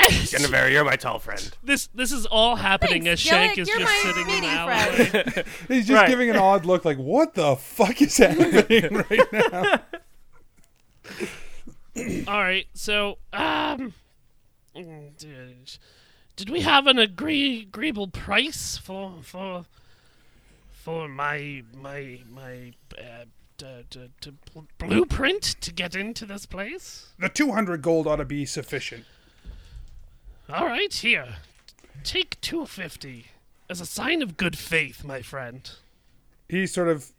Speaker 13: Genevera, you're my tall friend.
Speaker 7: This this is all happening as Shank
Speaker 3: Gillick,
Speaker 7: is
Speaker 3: you're
Speaker 7: just
Speaker 3: my
Speaker 7: sitting in
Speaker 3: meaty
Speaker 7: the alleyway.
Speaker 1: He's just
Speaker 6: Right.
Speaker 1: giving an odd look, like, "What the fuck is happening right now?"
Speaker 7: all right, so um, did, did we have an agree, agreeable price for for for my my my uh, d- d- d- bl- blueprint to get into this place?
Speaker 1: the 200 gold ought to be sufficient.
Speaker 7: All right, here. Take 250 as a sign of good faith, my friend.
Speaker 1: He sort of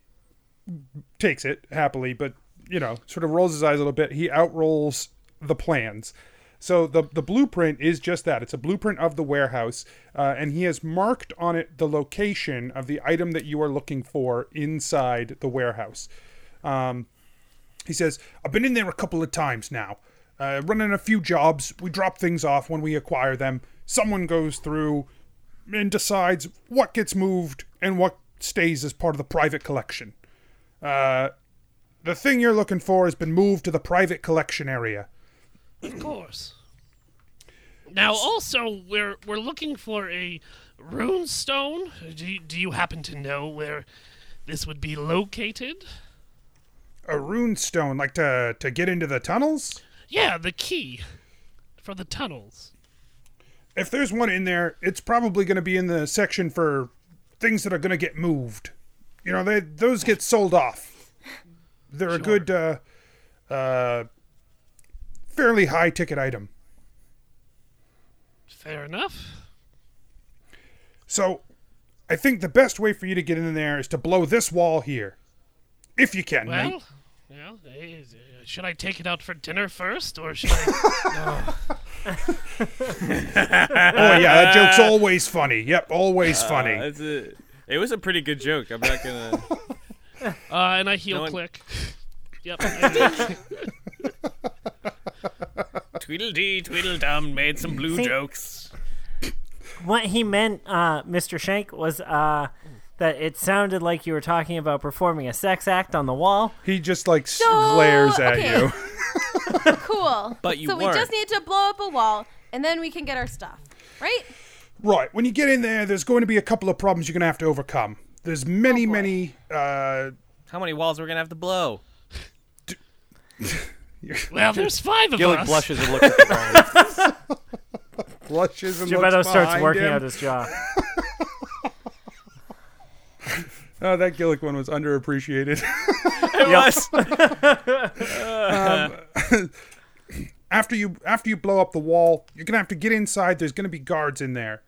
Speaker 1: takes it happily, but you know, sort of rolls his eyes a little bit. He outrolls the plans. So the the blueprint is just that. It's a blueprint of the warehouse, uh, and he has marked on it the location of the item that you are looking for inside the warehouse. Um, he says, "I've been in there a couple of times now, uh, running a few jobs. We drop things off when we acquire them. someone goes through and decides what gets moved and what stays as part of the private collection. Uh, the thing you're looking for has been moved to the private collection area.
Speaker 7: Of course. Now, also, we're we're looking for a rune stone. Do you, do you happen to know where this would be located?
Speaker 1: A rune stone, like to to get into the tunnels.
Speaker 7: Yeah, the key for the tunnels.
Speaker 1: If there's one in there, it's probably going to be in the section for things that are going to get moved. You know, they those get sold off. They're a good, uh, uh, fairly high ticket item.
Speaker 7: Fair enough.
Speaker 1: So, I think the best way for you to get in there is to blow this wall here, if you can. mate.
Speaker 7: Well, yeah. eh, Should I take it out for dinner first, or should I?
Speaker 1: oh yeah, that *laughs* joke's always funny. Yep, always
Speaker 8: Uh,
Speaker 1: funny.
Speaker 8: it's a- it was a pretty good joke. I'm not gonna.
Speaker 7: No. Uh, and I heal
Speaker 8: No one-
Speaker 7: click. Yep. I
Speaker 8: Tweedledee, Tweedledum made some blue
Speaker 6: See-
Speaker 8: jokes.
Speaker 6: What he meant, uh, Mr. Shank, was uh, that it sounded like you were talking about performing a sex act on the wall.
Speaker 1: He just like
Speaker 3: So, glares at
Speaker 1: *laughs*
Speaker 3: okay. you. *laughs* cool.
Speaker 6: But you
Speaker 3: so we just
Speaker 6: weren't.
Speaker 3: need to blow up a wall, and then we can get our stuff, right?
Speaker 1: Right. When you get in there, there's going to be a couple of problems you're going to have to overcome. There's
Speaker 6: Oh,
Speaker 1: many, many. Uh,
Speaker 8: How many walls are we gonna have to blow?
Speaker 7: well, there's five of
Speaker 8: Gillick
Speaker 7: us.
Speaker 8: blushes and looks at the
Speaker 1: blushes and
Speaker 6: Geppetto
Speaker 1: looks
Speaker 6: starts
Speaker 1: behind
Speaker 6: working
Speaker 1: him.
Speaker 6: out his jaw.
Speaker 1: Oh, that Gillick one was *laughs* underappreciated. *laughs* Um, after you after you blow up the wall, you're gonna have to get inside. There's gonna be guards in there.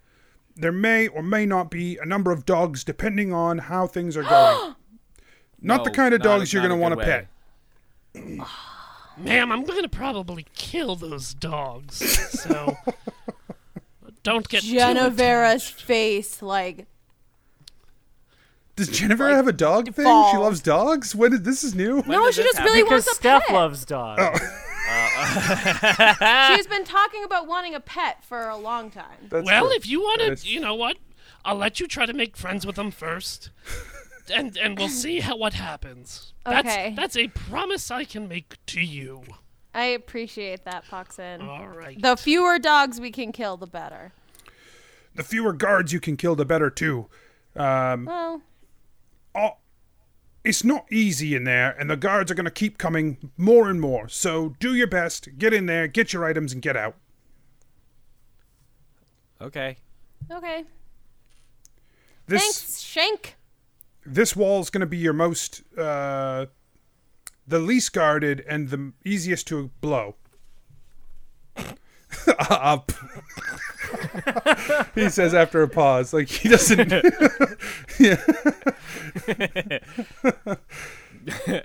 Speaker 1: There may or may not be a number of dogs, depending on how things are going. not the
Speaker 7: No,
Speaker 1: kind of
Speaker 7: not a-
Speaker 1: dogs you're
Speaker 7: not a
Speaker 1: gonna want to
Speaker 7: good way.
Speaker 1: pet.
Speaker 7: Ma'am, I'm gonna probably kill those dogs. So don't get too
Speaker 3: Genevera's face, like
Speaker 1: Does Jennifer have a dog thing? She
Speaker 3: default.
Speaker 1: loves dogs. When did this is new?
Speaker 3: No, did she this just really happen? wants
Speaker 6: Because
Speaker 3: a
Speaker 6: Steph
Speaker 3: pet.
Speaker 6: loves dogs.
Speaker 3: she's been talking about wanting a pet for a long time.
Speaker 7: well, if you want to, you know what? I'll let you try to make friends with them first, and and we'll see how what happens.
Speaker 3: Okay.
Speaker 7: That's that's a promise I can make to you.
Speaker 3: I appreciate that, Poxin.
Speaker 7: All right.
Speaker 3: The fewer dogs we can kill, the better.
Speaker 1: the fewer guards you can kill, the better too. Um,
Speaker 3: Well,
Speaker 1: it's not easy in there, and the guards are going to keep coming more and more. So do your best, get in there, get your items, and get out.
Speaker 8: *laughs* Okay.
Speaker 3: okay.
Speaker 1: This
Speaker 3: Thanks, Shank.
Speaker 1: this wall's going to be your most, uh, the least guarded and the easiest to blow. *laughs* Up. he says after a pause, like he doesn't. *laughs* yeah.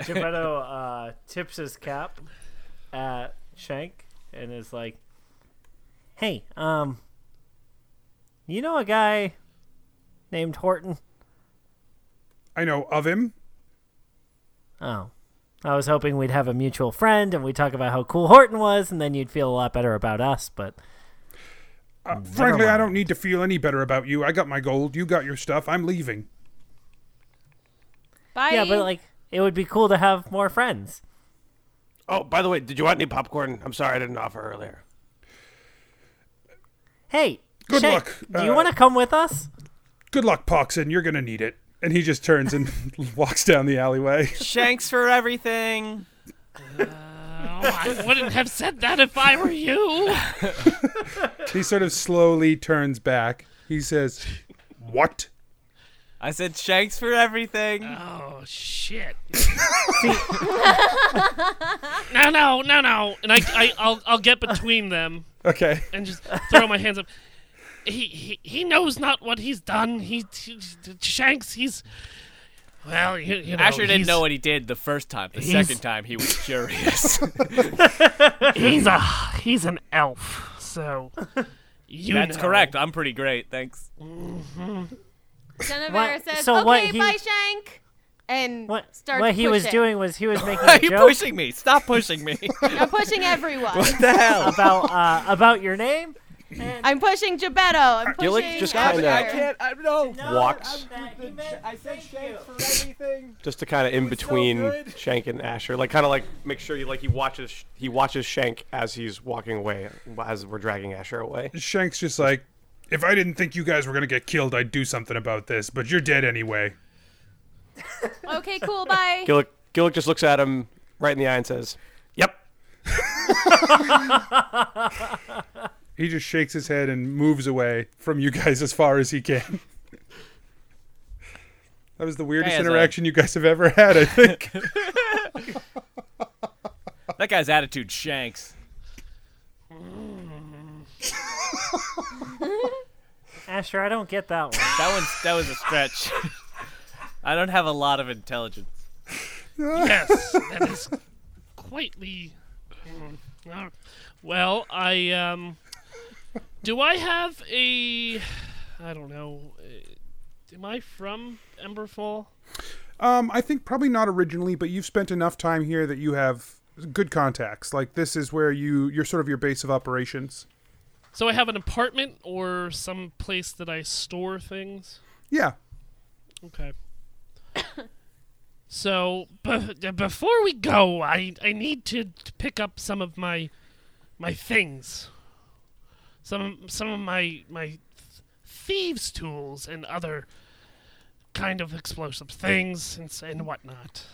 Speaker 6: Geppetto uh, tips his cap at Shank and is like, "Hey, um, you know a guy named Horton?
Speaker 1: I know of him.
Speaker 6: Oh, I was hoping we'd have a mutual friend and we'd talk about how cool Horton was, and then you'd feel a lot better about us. But
Speaker 1: Uh, frankly, I don't need to feel any better about you. I got my gold. You got your stuff. I'm leaving.
Speaker 3: Bye.
Speaker 6: yeah, but like, it would be cool to have more friends.
Speaker 4: Oh, by the way, did you want any popcorn? I'm sorry I didn't offer earlier.
Speaker 6: Hey,
Speaker 1: Good
Speaker 6: Shank,
Speaker 1: luck.
Speaker 6: Do you
Speaker 1: Uh,
Speaker 6: want to come with us?
Speaker 1: Good luck, Poxon. You're gonna need it. And he just turns and *laughs* walks down the alleyway.
Speaker 8: Shanks for everything.
Speaker 7: Oh, I wouldn't have said that if I were you.
Speaker 1: he sort of slowly turns back. He says, "What?"
Speaker 8: I said Shanks for everything.
Speaker 7: Oh shit. no, no, no, no. And I, I I'll, I'll get between them.
Speaker 1: Okay.
Speaker 7: And just throw my hands up. He, he, he knows not what he's done. He, he- Shanks, he's. Well, you, you know,
Speaker 8: Asher didn't
Speaker 7: he's-
Speaker 8: know what he did the first time. The
Speaker 7: he's-
Speaker 8: second time, he was curious.
Speaker 7: he's a he's an elf,
Speaker 8: *laughs*
Speaker 7: so you
Speaker 8: That's
Speaker 7: know.
Speaker 8: correct. I'm pretty great. Thanks.
Speaker 3: Genevera
Speaker 6: What-
Speaker 3: says,
Speaker 6: so
Speaker 3: "Okay,
Speaker 6: what he-
Speaker 3: bye, Shank," and starts.
Speaker 6: what he was
Speaker 3: pushing.
Speaker 6: doing was he
Speaker 1: *laughs*
Speaker 6: was making
Speaker 8: Why
Speaker 6: a
Speaker 8: are you
Speaker 6: joke
Speaker 8: pushing me? Stop pushing me.
Speaker 6: *laughs*
Speaker 3: I'm pushing everyone.
Speaker 8: What the hell?
Speaker 6: about uh, about your name
Speaker 3: I'm pushing Gebetto. I'm pushing.
Speaker 4: Gillick just kind
Speaker 3: Asher.
Speaker 4: of
Speaker 5: I no.
Speaker 4: walks
Speaker 5: I said thanks for everything.
Speaker 4: just to kind of in between
Speaker 5: good.
Speaker 4: Shank and Asher, like kind of like make sure you like he watches he watches Shank as he's walking away as we're dragging Asher away.
Speaker 1: Shank's just like, if I didn't think you guys were gonna get killed, I'd do something about this. But you're dead anyway.
Speaker 3: Okay, cool. Bye.
Speaker 4: Gillick Gillick just looks at him right in the eye and says, "Yep."
Speaker 1: He just shakes his head and moves away from you guys as far as he can. that was the weirdest
Speaker 8: Guy has a-
Speaker 1: interaction you guys have ever had, I think.
Speaker 8: *laughs* That guy's attitude shanks.
Speaker 6: Asher, I don't get that one.
Speaker 8: That one's that was a stretch. *laughs* I don't have a lot of intelligence.
Speaker 7: yes,
Speaker 8: *laughs*
Speaker 7: that is quitely. Mm, uh, Well, I um, do I have a? I don't know. uh, Am I from Emberfall?
Speaker 1: Um, I think probably not originally, but you've spent enough time here that you have good contacts. Like this is where you you're sort of your base of operations.
Speaker 7: So I have an apartment or some place that I store things.
Speaker 1: Yeah.
Speaker 7: Okay. so b- d- before we go, I I need to t- pick up some of my my things. Some some of my my thieves' tools and other kind of explosive things and s- and whatnot.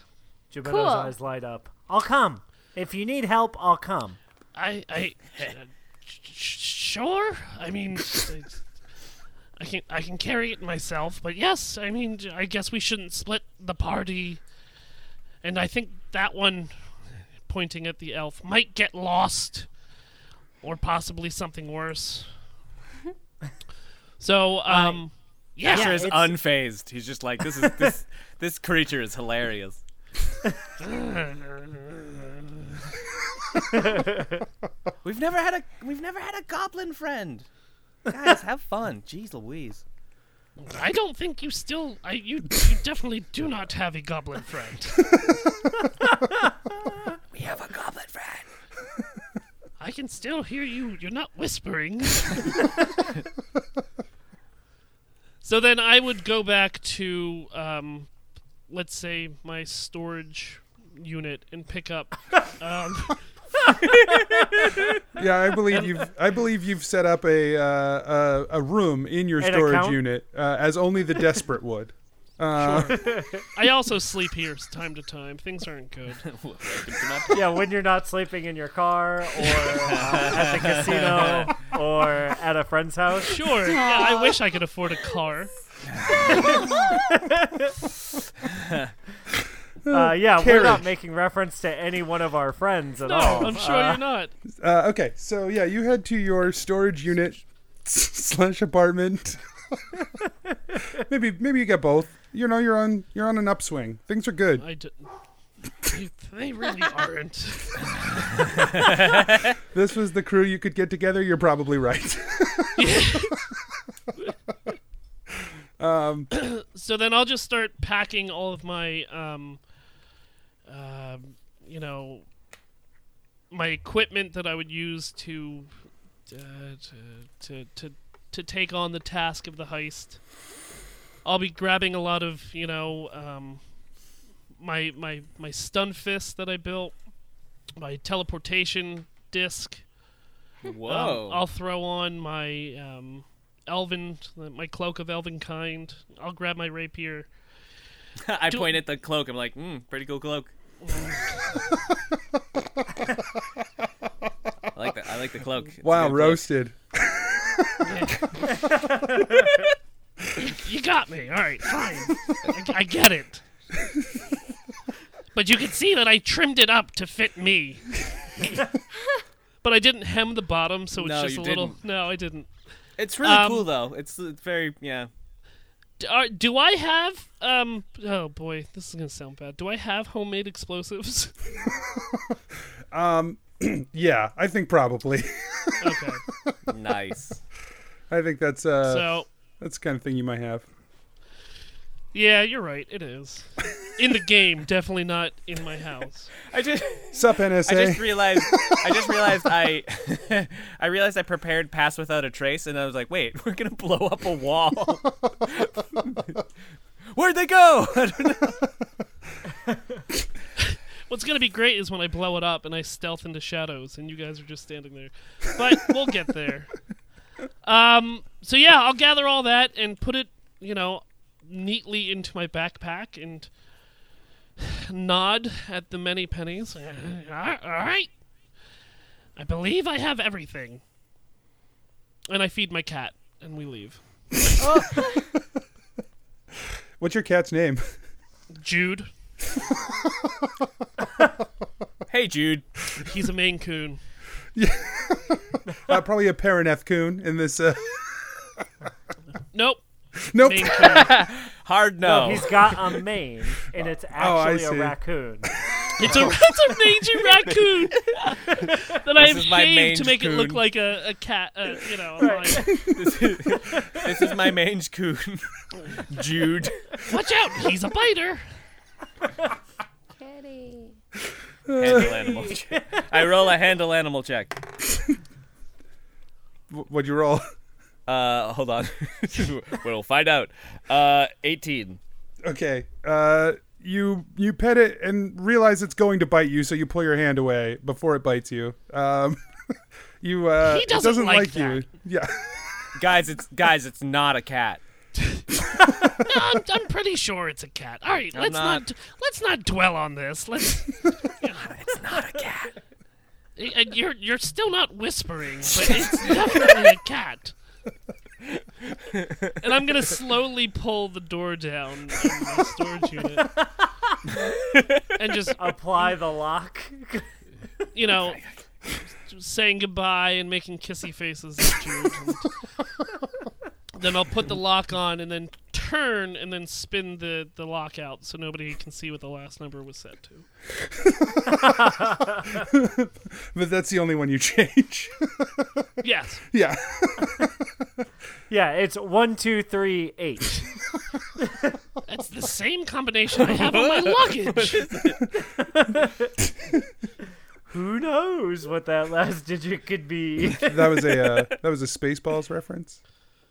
Speaker 6: Gebetto's eyes light up. I'll come. If you need help, I'll come.
Speaker 7: I I uh, sh- sh- sure. I mean, I- I can I can carry it myself, but yes, I mean, j- I guess we shouldn't split the party. And I think that one, pointing at the elf, might get lost, or possibly something worse. So, um, yeah,
Speaker 8: Asher is unfazed. He's just like this is
Speaker 4: *laughs*
Speaker 8: this this creature is hilarious. *laughs* we've never had a we've never had a goblin friend. Guys, have fun. Jeez Louise.
Speaker 7: I don't think you still. I you you definitely do not have a goblin friend. we have a goblin
Speaker 6: *laughs*
Speaker 7: friend. I can still hear you. You're not whispering. so then I would go back to, um, let's say, my storage unit and pick up. Um,
Speaker 1: Yeah, I believe you've I believe you've set up a uh, a, a room in your
Speaker 7: An
Speaker 1: storage
Speaker 7: account?
Speaker 1: unit uh, as only the desperate would. Uh,
Speaker 7: Sure. I
Speaker 6: *laughs*
Speaker 7: also sleep here s- time to time. Things aren't good.
Speaker 6: yeah, when you're not sleeping in your car or uh, at
Speaker 7: *laughs*
Speaker 6: the casino or at a friend's house.
Speaker 7: Sure. Yeah, I wish I could afford a car.
Speaker 6: Uh, yeah, we're
Speaker 1: Carriage.
Speaker 6: not making reference to any one of our friends at all. Uh,
Speaker 7: not.
Speaker 1: Uh, okay, so yeah, you head to your storage unit *laughs* slash apartment. *laughs* maybe maybe you get both. You know, you're on you're on an upswing. Things are good.
Speaker 7: I d- they, they
Speaker 6: *laughs*
Speaker 7: really aren't.
Speaker 1: this was the crew you could get together. You're probably right. *laughs* um,
Speaker 7: so then I'll just start packing all of my, um, uh, you know, my equipment that I would use to, uh, to, to, to, to take on the task of the heist. I'll be grabbing a lot of, you know, um, my my my stun fist that I built, my teleportation disc. Um,
Speaker 8: Whoa.
Speaker 7: I'll throw on my um, elven, my cloak of elven kind. I'll grab my rapier.
Speaker 8: I
Speaker 7: Do-
Speaker 8: point at the cloak. I'm like, mm, pretty cool cloak. I like the I like the cloak. It's a
Speaker 1: wow,
Speaker 8: good cloak.
Speaker 1: roasted.
Speaker 7: you got me. All right, fine. I, I get it. But you can see that I trimmed it up to fit me. but I didn't hem the bottom, so it's
Speaker 8: No,
Speaker 7: just
Speaker 8: you
Speaker 7: a little.
Speaker 8: didn't.
Speaker 7: No, I didn't.
Speaker 8: It's really
Speaker 7: Um,
Speaker 8: cool though. It's, it's very yeah.
Speaker 7: D- are- do I have um? Oh boy, this is gonna sound bad. Do I have homemade
Speaker 8: *laughs*
Speaker 7: explosives?
Speaker 1: Um, yeah, I think probably. *laughs*
Speaker 7: okay.
Speaker 8: Nice. *laughs*
Speaker 1: I think that's uh,
Speaker 7: So-
Speaker 1: that's the kind of thing you might have.
Speaker 7: Yeah, you're right. It is. In the game, definitely not in my house.
Speaker 4: I just
Speaker 5: Sup, NSA?
Speaker 4: I just realized I just realized
Speaker 8: *laughs*
Speaker 4: I I realized I prepared pass without a trace and I was like, wait, we're gonna blow up a wall. Where'd they go? I don't know.
Speaker 7: What's gonna be great is when I blow it up and I stealth into shadows, and you guys are just standing there. But we'll
Speaker 4: *laughs*
Speaker 7: get there. Um. So yeah, I'll gather all that and put it, you know, neatly into my backpack and nod at the many pennies. *laughs* All right. I believe I have everything. And I feed my cat, and we leave.
Speaker 5: What's your cat's
Speaker 4: *laughs*
Speaker 5: name?
Speaker 7: Jude.
Speaker 4: hey, Jude.
Speaker 7: He's a Maine Coon.
Speaker 5: Yeah. uh, probably a Paraneth Coon in this. Uh...
Speaker 7: nope.
Speaker 5: Nope.
Speaker 4: Hard no.
Speaker 6: no. Uh, He's got a mane, and it's
Speaker 7: Oh,
Speaker 6: actually a raccoon.
Speaker 7: It's a, it's
Speaker 4: *laughs*
Speaker 7: a mangy raccoon that I have
Speaker 4: is my
Speaker 7: shaved to
Speaker 4: mange
Speaker 7: make it look
Speaker 4: coon.
Speaker 7: like a, a cat. Uh, you know, like,
Speaker 4: this, is, this is my mange
Speaker 8: *laughs*
Speaker 4: coon, Jude.
Speaker 7: watch out, he's a biter.
Speaker 4: Handle
Speaker 8: *laughs*
Speaker 4: animal. check. I roll a handle animal check.
Speaker 5: Wh- What'd you roll? *laughs*
Speaker 4: Uh, hold on. *laughs* we'll find out. Uh, 18.
Speaker 5: Okay. Uh, you you pet it and realize it's going to bite you, so you pull your hand away before it bites you. Um, *laughs* you uh,
Speaker 7: He
Speaker 5: it
Speaker 7: doesn't
Speaker 5: like,
Speaker 7: like
Speaker 5: you. *laughs* Yeah.
Speaker 4: Guys, it's guys, it's not a cat.
Speaker 7: No, I'm, I'm pretty sure it's a cat. All right,
Speaker 4: I'm
Speaker 7: let's not.
Speaker 4: not-
Speaker 7: let's not dwell on this. Let's. it's
Speaker 4: not a cat.
Speaker 7: And you're you're still not whispering, but it's definitely a cat. And I'm gonna slowly pull the door down in my storage unit, and just
Speaker 6: apply the lock. *laughs*
Speaker 7: you know, just saying goodbye and making kissy faces at Jude. And then I'll put the lock on and then turn and then spin the, the lock out so nobody can see what the last number was set to.
Speaker 5: but that's the only one you change. *laughs*
Speaker 7: Yes.
Speaker 5: yeah.
Speaker 6: yeah, it's one, two, three,
Speaker 7: *laughs*
Speaker 6: eight.
Speaker 7: That's the same combination I have on my luggage.
Speaker 6: Who knows what that last *laughs* digit could be?
Speaker 5: that was a uh, that was a
Speaker 4: *laughs*
Speaker 5: Spaceballs reference.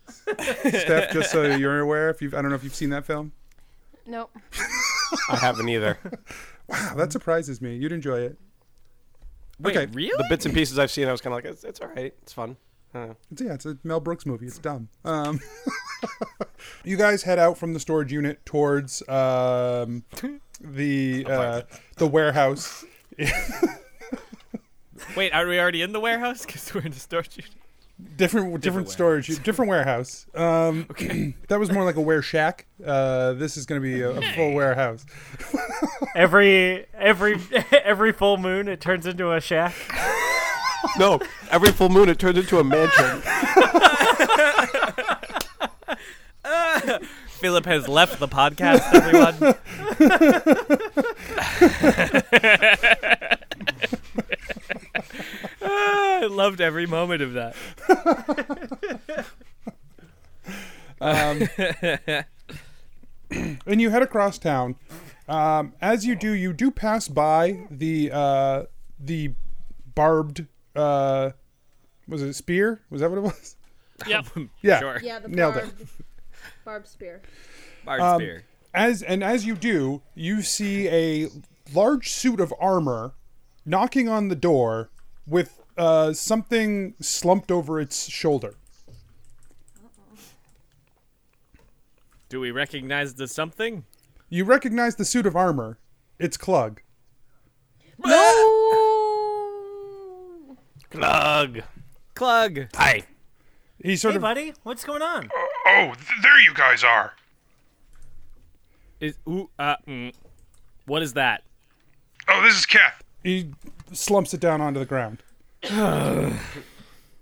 Speaker 5: Steph, just so you're aware, if you have I don't know if you've seen that film.
Speaker 3: Nope.
Speaker 8: I haven't *laughs* either.
Speaker 5: Wow, that surprises me. You'd enjoy it.
Speaker 4: Wait,
Speaker 5: okay.
Speaker 4: really?
Speaker 8: The bits and pieces I've seen, I was kind of like, it's, it's all right. It's fun. I don't know.
Speaker 5: It's, yeah, it's a Mel Brooks movie. It's dumb. Um, you guys head out from the storage unit towards um, the uh,
Speaker 1: *laughs*
Speaker 5: the warehouse.
Speaker 4: Wait, are we already in the warehouse? Because we're in the storage unit.
Speaker 5: Different different, storage, different warehouse. Um, that was more like a ware shack. Uh, this is going to be a, a full warehouse.
Speaker 6: every every *laughs* every full moon, it turns into a shack.
Speaker 8: No, every full moon it turns into a mansion.
Speaker 4: Philip has left the podcast, everyone. Ah, I loved every moment of that.
Speaker 5: Um, and you head across town. Um, as you do, you do pass by the uh, the barbed uh, was it a spear? Was that what it was?
Speaker 7: Yep.
Speaker 5: Yeah.
Speaker 4: Sure.
Speaker 3: Yeah, the
Speaker 5: Nailed it.
Speaker 3: barbed, barbed spear.
Speaker 4: Bard
Speaker 5: Um,
Speaker 4: spear.
Speaker 5: As and as you do, you see a large suit of armor knocking on the door with uh, something slumped over its shoulder.
Speaker 4: *laughs* Do we recognize the something?
Speaker 5: You recognize the suit of armor. It's Clug.
Speaker 3: No.
Speaker 4: Clug. Clug.
Speaker 8: Hi.
Speaker 5: He sort
Speaker 6: Hey,
Speaker 5: of
Speaker 6: buddy, what's going on?
Speaker 14: Oh, th- there you guys are.
Speaker 4: Is ooh, uh, mm. what is that?
Speaker 14: Oh, this is Kath.
Speaker 5: he slumps it down onto the ground.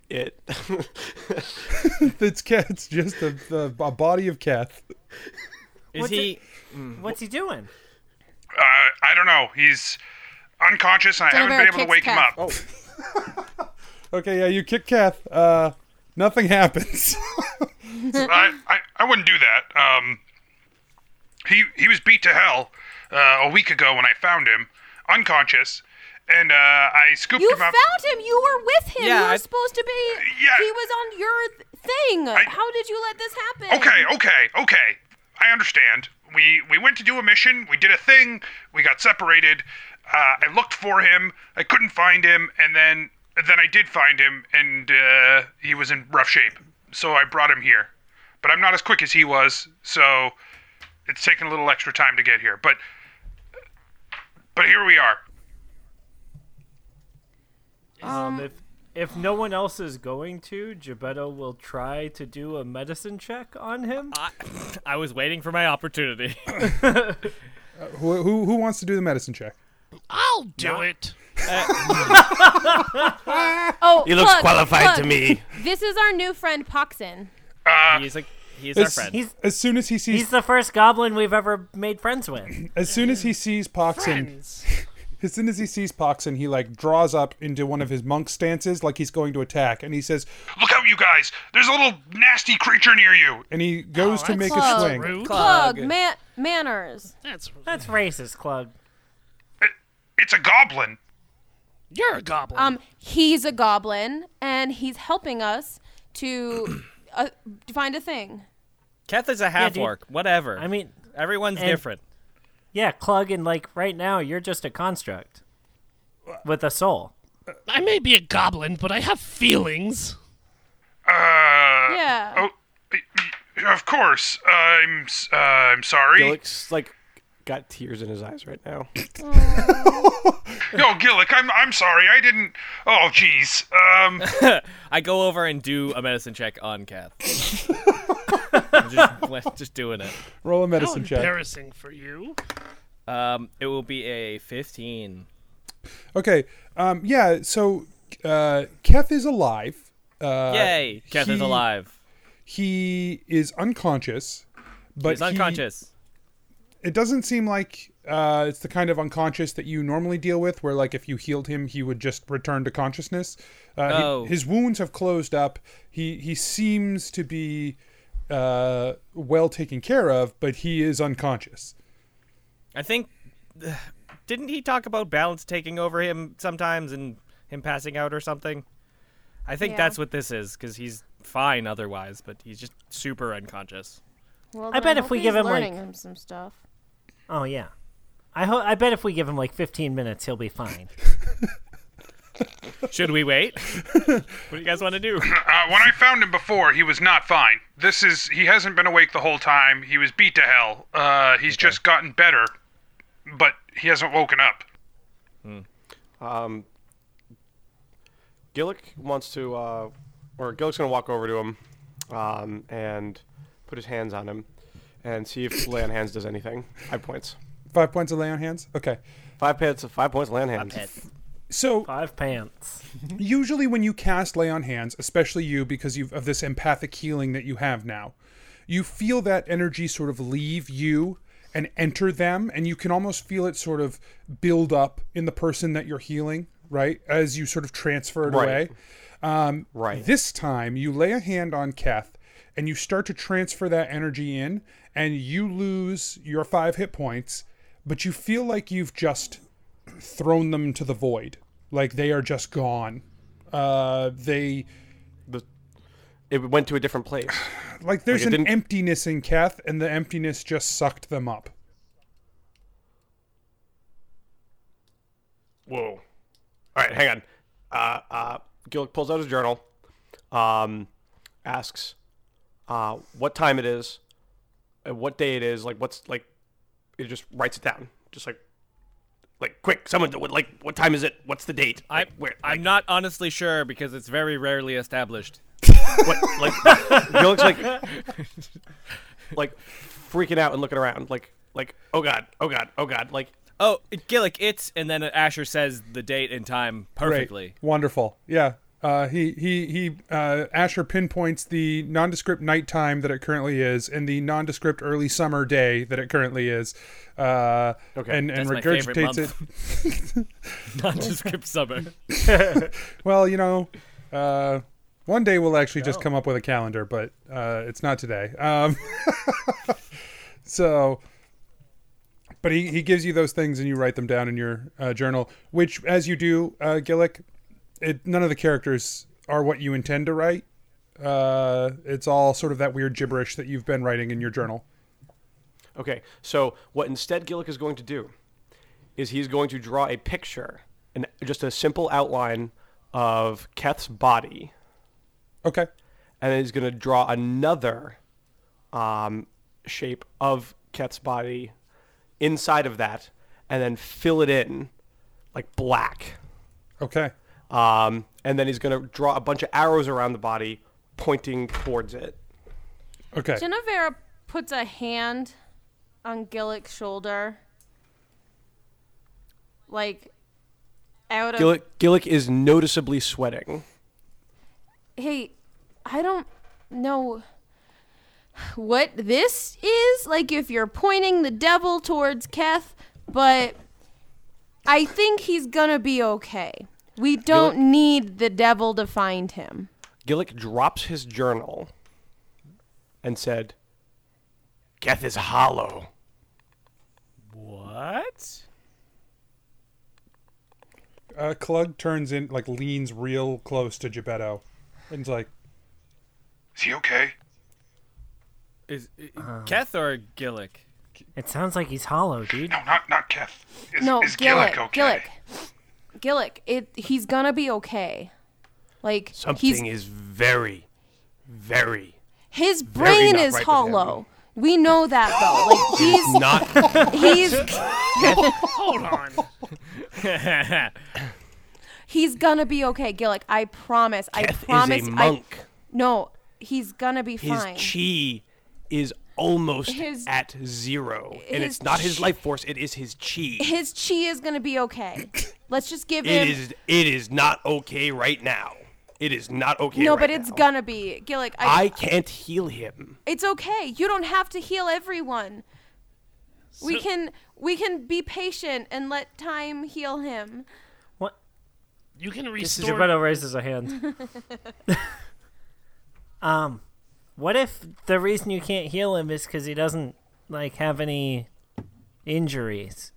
Speaker 8: It.
Speaker 5: *laughs* It's cats, just a, the, a body of Kath.
Speaker 4: Is
Speaker 6: What's
Speaker 4: he?
Speaker 6: it- What's he doing?
Speaker 14: Uh, I don't know. He's unconscious, and I haven't
Speaker 3: Delaware
Speaker 14: been able to
Speaker 3: kicks
Speaker 14: wake
Speaker 3: Kath.
Speaker 1: Oh,
Speaker 14: him up.
Speaker 5: Okay, yeah, you kick Kath. Uh,
Speaker 1: *laughs*
Speaker 5: nothing happens.
Speaker 14: I, I, I wouldn't do that. Um,
Speaker 5: He he was beat to hell uh, a week ago when I found him, unconscious, and uh, I scooped
Speaker 3: You
Speaker 5: him up.
Speaker 3: found him. You were with him.
Speaker 5: Yeah,
Speaker 3: you were
Speaker 5: I-
Speaker 3: supposed to be.
Speaker 5: Yeah.
Speaker 3: He was on your th- thing. How did you let this happen?
Speaker 5: Okay, okay, okay. I understand. We we went to do a mission. We did a thing. We got separated. Uh, I looked for him. I couldn't find him, and then then I did find him, and uh, he was in rough shape. So I brought him here. But I'm not as quick as he was, so it's taken a little extra time to get here. But but here we are.
Speaker 6: Um, if if no one else is going to, Gebetto will try to do a medicine check on him.
Speaker 8: I, I was waiting for my opportunity.
Speaker 1: Uh, who, who who wants to do the medicine check?
Speaker 7: I'll do it.
Speaker 3: Oh,
Speaker 1: He looks
Speaker 3: look,
Speaker 1: qualified to
Speaker 3: look.
Speaker 1: me.
Speaker 3: This is our new friend Poxin.
Speaker 8: he's like he's
Speaker 1: as,
Speaker 6: He's,
Speaker 1: as soon as he sees,
Speaker 6: he's the first goblin we've ever made friends with.
Speaker 1: as soon as he sees Poxin, as soon as he sees Poxin, he like draws up into one of his monk stances, like he's going to attack, and he says,
Speaker 5: Look out, you guys! There's a little nasty creature near you.
Speaker 1: and he
Speaker 5: Oh,
Speaker 1: goes to make a swing.
Speaker 3: Clug, man- manners.
Speaker 7: That's
Speaker 6: that's racist, Clug.
Speaker 5: It's a goblin.
Speaker 7: You're a goblin.
Speaker 3: Um, he's a goblin, and he's helping us to uh, find a thing.
Speaker 8: Keth is a half
Speaker 6: dude.
Speaker 8: orc. Whatever.
Speaker 6: I mean,
Speaker 8: everyone's
Speaker 6: and-
Speaker 8: different.
Speaker 6: Yeah, Clug, and like right now, you're just a construct with a soul.
Speaker 7: I may be a goblin, but I have feelings.
Speaker 5: Uh,
Speaker 3: yeah.
Speaker 5: Oh, of course. I'm s- uh, I'm sorry.
Speaker 4: Gillick's like got tears in his eyes right
Speaker 1: *laughs*
Speaker 4: now.
Speaker 5: no, Gillick, I'm I'm sorry. I didn't. Oh, jeez. Um,
Speaker 8: I go over and do a medicine check on *laughs* Kath. I'm just, *laughs* just doing it.
Speaker 1: Roll a
Speaker 7: How
Speaker 1: medicine check.
Speaker 7: embarrassing for you.
Speaker 8: Um, it will be a 15.
Speaker 1: Okay. Um. Yeah. So, uh, Keth is alive. Uh,
Speaker 8: Yay! Keth is
Speaker 1: he-
Speaker 8: alive.
Speaker 1: He is unconscious, but
Speaker 8: He's
Speaker 1: he-
Speaker 8: *laughs* unconscious.
Speaker 1: it doesn't seem like uh, it's the kind of unconscious that you normally deal with, where like if you healed him, he would just return to consciousness. Uh, he-
Speaker 8: Oh.
Speaker 1: his wounds have closed up. He he seems to be uh, well taken care of, but he is unconscious.
Speaker 8: I think. *sighs* Didn't he talk about balance taking over him sometimes and him passing out or something? I think
Speaker 3: Yeah.
Speaker 8: that's what this is because he's fine otherwise, but he's just super unconscious.
Speaker 3: Well,
Speaker 6: I
Speaker 3: then
Speaker 6: bet if
Speaker 3: hope
Speaker 6: we
Speaker 3: he's
Speaker 6: give him, like-
Speaker 3: learning him some stuff.
Speaker 6: Oh yeah, I ho- I bet if we give him like 15 minutes, he'll be fine.
Speaker 8: Should
Speaker 4: *laughs*
Speaker 8: we wait? what do you guys want to do?
Speaker 5: uh, when I found him before, he was not fine. This is he hasn't been awake the whole time. He was beat to hell. Uh, he's just gotten better, but he hasn't woken up.
Speaker 4: Um, Gillick wants to, uh, or Gillick's going to walk over to him um, and put his hands on him and see if lay on hands does anything. Five points.
Speaker 1: Five points of lay on hands. Okay.
Speaker 4: Five pants. Five points. Land hands.
Speaker 1: So
Speaker 6: five pants.
Speaker 1: usually, when you cast lay on hands, especially you because you of this empathic healing that you have now, you feel that energy sort of leave you and enter them, and you can almost feel it sort of build up in the person that you're healing, right? As you sort of transfer it
Speaker 4: Right.
Speaker 1: away. Um,
Speaker 4: Right.
Speaker 1: This time, you lay a hand on Keth, and you start to transfer that energy in, and you lose your five hit points, but you feel like you've just thrown them to the void, like they are just gone. Uh, they
Speaker 4: It went to a different place.
Speaker 1: like there's
Speaker 4: it
Speaker 1: an
Speaker 4: didn't-
Speaker 1: emptiness in Keth, and the emptiness just sucked them up.
Speaker 4: Whoa. All right, hang on. Uh, uh, Gillick pulls out his journal, um, asks uh, what time it is, and what day it is. Like, what's like? It just writes it down. Just like, like quick, someone. What, like, what time is it? What's the date?
Speaker 8: I, *laughs* I'm not honestly sure because it's very rarely established.
Speaker 4: what? Like, Gillick's like, like freaking out and looking around. Like, like, oh god, oh god, oh god. Like,
Speaker 8: Oh, Gillick, it's and then Asher says the date and time perfectly.
Speaker 1: Great. Wonderful. Yeah. Uh, he he he. Uh, Asher pinpoints the nondescript nighttime that it currently is, and the nondescript early summer day that it currently is, uh, and and
Speaker 8: That's my favorite
Speaker 1: regurgitates it.
Speaker 8: *laughs* month. Nondescript summer.
Speaker 1: well, you know, uh, one day we'll actually
Speaker 8: Oh.
Speaker 1: just come up with a calendar, but uh, it's not today. Um, *laughs* so, But he, he gives you those things and you write them down in your uh, journal, which, as you do, uh, Gillick, it, none of the characters are what you intend to write. Uh, it's all sort of that weird gibberish that you've been writing in your journal.
Speaker 4: Okay, so what instead Gillick is going to do is he's going to draw a picture, and just a simple outline of Keth's body.
Speaker 1: Okay.
Speaker 4: And then he's going to draw another um, shape of Keth's body inside of that, and then fill it in like black.
Speaker 1: Okay.
Speaker 4: Um, and then he's going to draw a bunch of arrows around the body pointing towards it.
Speaker 1: Okay.
Speaker 3: Genevera puts a hand on Gillick's shoulder. Like, out of.
Speaker 4: Gillick, Gillick is noticeably sweating.
Speaker 3: Hey, I don't know what this is. Like, if you're pointing the devil towards Keth, but I think he's gonna be okay. We don't need the devil to find him.
Speaker 4: Gillick drops his journal and said, Keth is hollow.
Speaker 8: What?
Speaker 1: Uh, Clug turns in, like, leans real close to Gebetto and's like,
Speaker 5: Is he okay?
Speaker 8: Is Keth or Gillick?
Speaker 6: It sounds like he's hollow, dude.
Speaker 5: No, not not Keth. Is,
Speaker 3: no,
Speaker 5: is
Speaker 3: Gillick.
Speaker 5: Gillick okay?
Speaker 3: Gillick. Gillick. It. He's gonna be okay. Like he's,
Speaker 4: Something is very, very
Speaker 3: his
Speaker 4: very
Speaker 3: brain
Speaker 4: not
Speaker 3: is
Speaker 4: right with him.
Speaker 3: hollow. We know that though. Like he's *laughs*
Speaker 4: not.
Speaker 3: he's
Speaker 7: Hold on.
Speaker 3: *laughs* he's gonna be okay, Gillick. I promise. I
Speaker 4: Keth is a
Speaker 3: promise.
Speaker 4: monk.
Speaker 3: I, no, he's gonna be
Speaker 4: His
Speaker 3: fine.
Speaker 4: chi is almost
Speaker 3: His-
Speaker 4: at zero, and
Speaker 3: his
Speaker 4: it's not his
Speaker 3: chi-
Speaker 4: life force; it is his chi.
Speaker 3: His chi is gonna be
Speaker 4: *coughs*
Speaker 3: okay. Let's just give
Speaker 4: it
Speaker 3: him.
Speaker 4: is. It is not okay right now. It is not okay.
Speaker 3: no,
Speaker 4: right
Speaker 3: but
Speaker 4: now.
Speaker 3: it's gonna be Gillick.
Speaker 4: I,
Speaker 3: I,
Speaker 4: can't heal him.
Speaker 3: It's okay. You don't have to heal everyone. we
Speaker 6: So-
Speaker 3: can we can be patient and let time heal him.
Speaker 7: You can
Speaker 6: This is
Speaker 7: restore.
Speaker 6: Geppetto raises a hand. *laughs* Um, what if the reason you can't heal him is because he doesn't like have any injuries?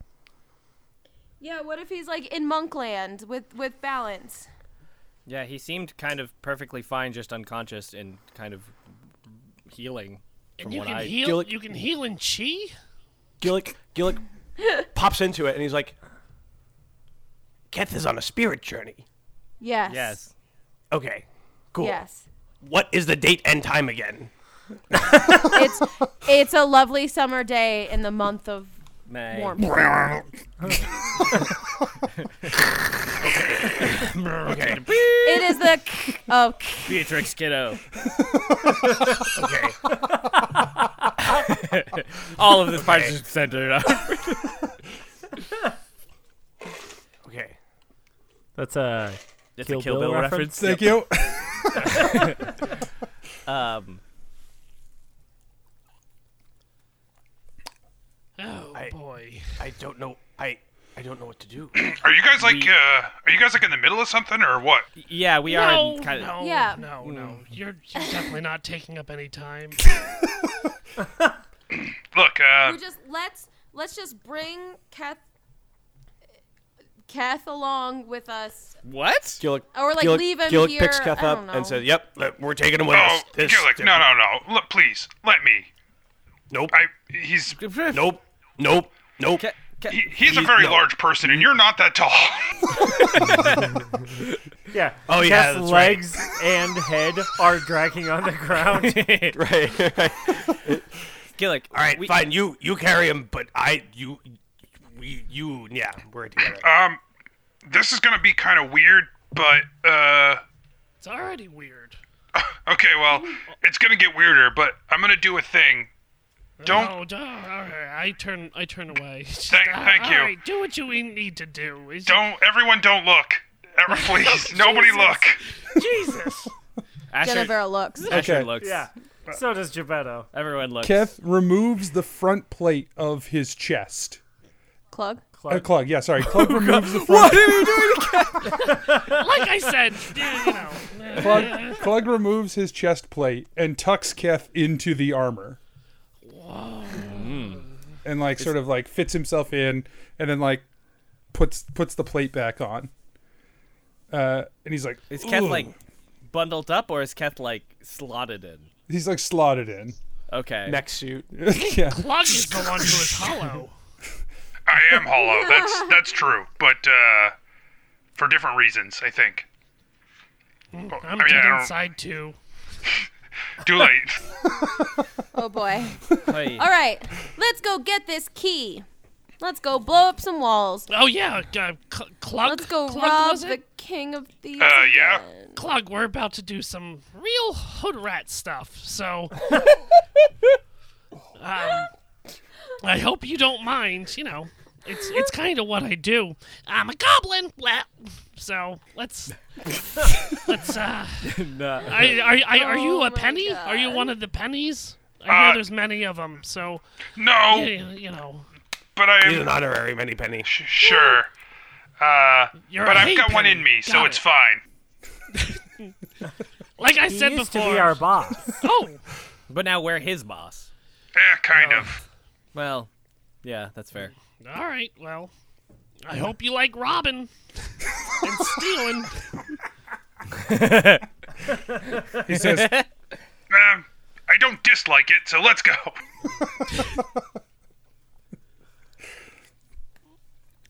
Speaker 3: yeah, what if he's like in Monkland with with balance?
Speaker 8: Yeah, he seemed kind of perfectly fine, just unconscious and kind of healing. From
Speaker 7: and you
Speaker 8: what
Speaker 7: can
Speaker 8: I
Speaker 7: heal.
Speaker 4: Gillick-
Speaker 7: You can heal in chi.
Speaker 4: Gillick, Gillick pops into it, and he's like, "Keth is on a spirit journey."
Speaker 3: Yes.
Speaker 4: Okay. Cool.
Speaker 3: Yes.
Speaker 4: *coughs* What is the date and time again?
Speaker 3: it's it's a lovely summer day in the month of
Speaker 8: May.
Speaker 3: warmth.
Speaker 8: okay.
Speaker 3: it is the oh, of
Speaker 8: Beatrix Kiddo. okay. *laughs* All of this part is just centered up.
Speaker 4: *laughs* okay.
Speaker 6: That's a
Speaker 8: That's a Kill Bill reference.
Speaker 1: Thank
Speaker 8: Yep.
Speaker 1: you.
Speaker 8: um.
Speaker 7: Oh
Speaker 4: I,
Speaker 7: boy.
Speaker 4: I don't know. I I don't know what to do.
Speaker 5: Are you guys like uh are you guys like in the middle of something or what?
Speaker 8: Yeah, we
Speaker 7: no,
Speaker 8: are kind of.
Speaker 7: no,
Speaker 3: Yeah.
Speaker 7: no,
Speaker 5: Mm.
Speaker 7: no. You're, you're definitely not taking up
Speaker 5: *laughs*
Speaker 7: any time.
Speaker 5: Look, uh
Speaker 3: we just let's let's just bring Kath Kath along with us.
Speaker 8: What?
Speaker 4: Gillick,
Speaker 3: Or, like,
Speaker 4: Gillick,
Speaker 3: leave him
Speaker 4: Gillick
Speaker 3: here-
Speaker 4: picks Keth
Speaker 3: I don't
Speaker 4: up
Speaker 7: Oh,
Speaker 3: know.
Speaker 4: and says, "Yep, le- we're taking him with
Speaker 5: oh,
Speaker 4: us." This-
Speaker 5: Gillick, no, no, no. Look, please, let me.
Speaker 4: Nope.
Speaker 5: I he's
Speaker 4: Nope. Nope. Nope.
Speaker 5: he, he's a very
Speaker 4: no.
Speaker 5: large person and you're not that tall.
Speaker 6: Yeah.
Speaker 4: Oh, yeah,
Speaker 6: Keth's
Speaker 4: that's right.
Speaker 6: legs and head are dragging on the
Speaker 4: *laughs* *laughs*
Speaker 6: ground.
Speaker 4: right. right.
Speaker 8: Gillick.
Speaker 4: All right, fine. You you carry him, but I you we you yeah we're together.
Speaker 5: um this is going to be kind of weird, but uh
Speaker 7: it's already weird.
Speaker 5: okay, well, it's going to get weirder, but I'm going to do a thing. Don't
Speaker 7: No, don't. Oh, All right, I turn. I turn away. *laughs* uh,
Speaker 5: Thank- thank you.
Speaker 7: All right, do what you need to do. Is-
Speaker 5: don't everyone don't look. Ever-
Speaker 1: *laughs*
Speaker 5: *laughs* Please, nobody look.
Speaker 7: Jesus.
Speaker 3: Genevera looks.
Speaker 8: Asher
Speaker 1: Okay.
Speaker 8: looks.
Speaker 6: Yeah. So does Geppetto.
Speaker 8: Everyone looks.
Speaker 1: Keth *laughs* removes the front plate of his chest.
Speaker 3: Clug.
Speaker 1: Uh, Clug, yeah, *laughs* sorry. Clug removes the front.
Speaker 7: Like I
Speaker 5: *laughs*
Speaker 7: said, you know.
Speaker 1: Clug, Clug removes his chest plate and tucks Keth into the armor.
Speaker 7: Whoa.
Speaker 1: and like sort of like fits himself in and then like puts puts the plate back on. Uh, and he's like,
Speaker 8: Is Keth
Speaker 1: "Ooh."
Speaker 8: like bundled up or is Keth like slotted in?
Speaker 1: He's like slotted in.
Speaker 8: Okay.
Speaker 4: Neck suit.
Speaker 1: yeah.
Speaker 7: Clog is the one who is
Speaker 5: *laughs*
Speaker 7: hollow.
Speaker 5: I am hollow. That's that's true, but uh, for different reasons, I think.
Speaker 7: I'm
Speaker 5: I mean, I
Speaker 7: dead
Speaker 5: don't-
Speaker 7: inside too.
Speaker 4: *laughs*
Speaker 5: Too late.
Speaker 3: Oh boy.
Speaker 8: *laughs* Hey.
Speaker 3: All right, let's go get this key. Let's go blow up some walls.
Speaker 7: Oh yeah, uh, cl- Clog.
Speaker 3: Let's go
Speaker 7: Clog
Speaker 3: rob
Speaker 7: was
Speaker 3: the
Speaker 7: it?
Speaker 3: king of thieves.
Speaker 8: Uh,
Speaker 7: Clog, we're about to do some real hood rat stuff, so. um, I hope you don't mind. You know, it's it's kind of what I do. I'm a goblin, blah. so let's let's.
Speaker 6: *laughs*
Speaker 7: Uh, I, are, I, are you a penny? Are you one of the pennies? I
Speaker 4: Uh,
Speaker 7: know there's many of them, so.
Speaker 5: No.
Speaker 7: You, you know.
Speaker 5: But *laughs* I am
Speaker 4: He's an honorary many penny.
Speaker 5: sure. Uh,
Speaker 7: You're
Speaker 5: but
Speaker 7: a
Speaker 5: I've got one
Speaker 7: haypenny.
Speaker 5: in me, so
Speaker 7: Got
Speaker 5: it's
Speaker 7: it.
Speaker 5: fine.
Speaker 7: Like I
Speaker 6: He
Speaker 7: said
Speaker 6: used to
Speaker 7: before.
Speaker 6: be our boss. *laughs*
Speaker 7: oh.
Speaker 8: But now we're his boss.
Speaker 5: Yeah, Eh, kind of.
Speaker 8: Well, yeah, that's fair.
Speaker 7: All right. Well, I hope you like robbing
Speaker 6: *laughs*
Speaker 7: and stealing.
Speaker 1: He says,
Speaker 5: Um, I don't dislike it, so let's go. *laughs*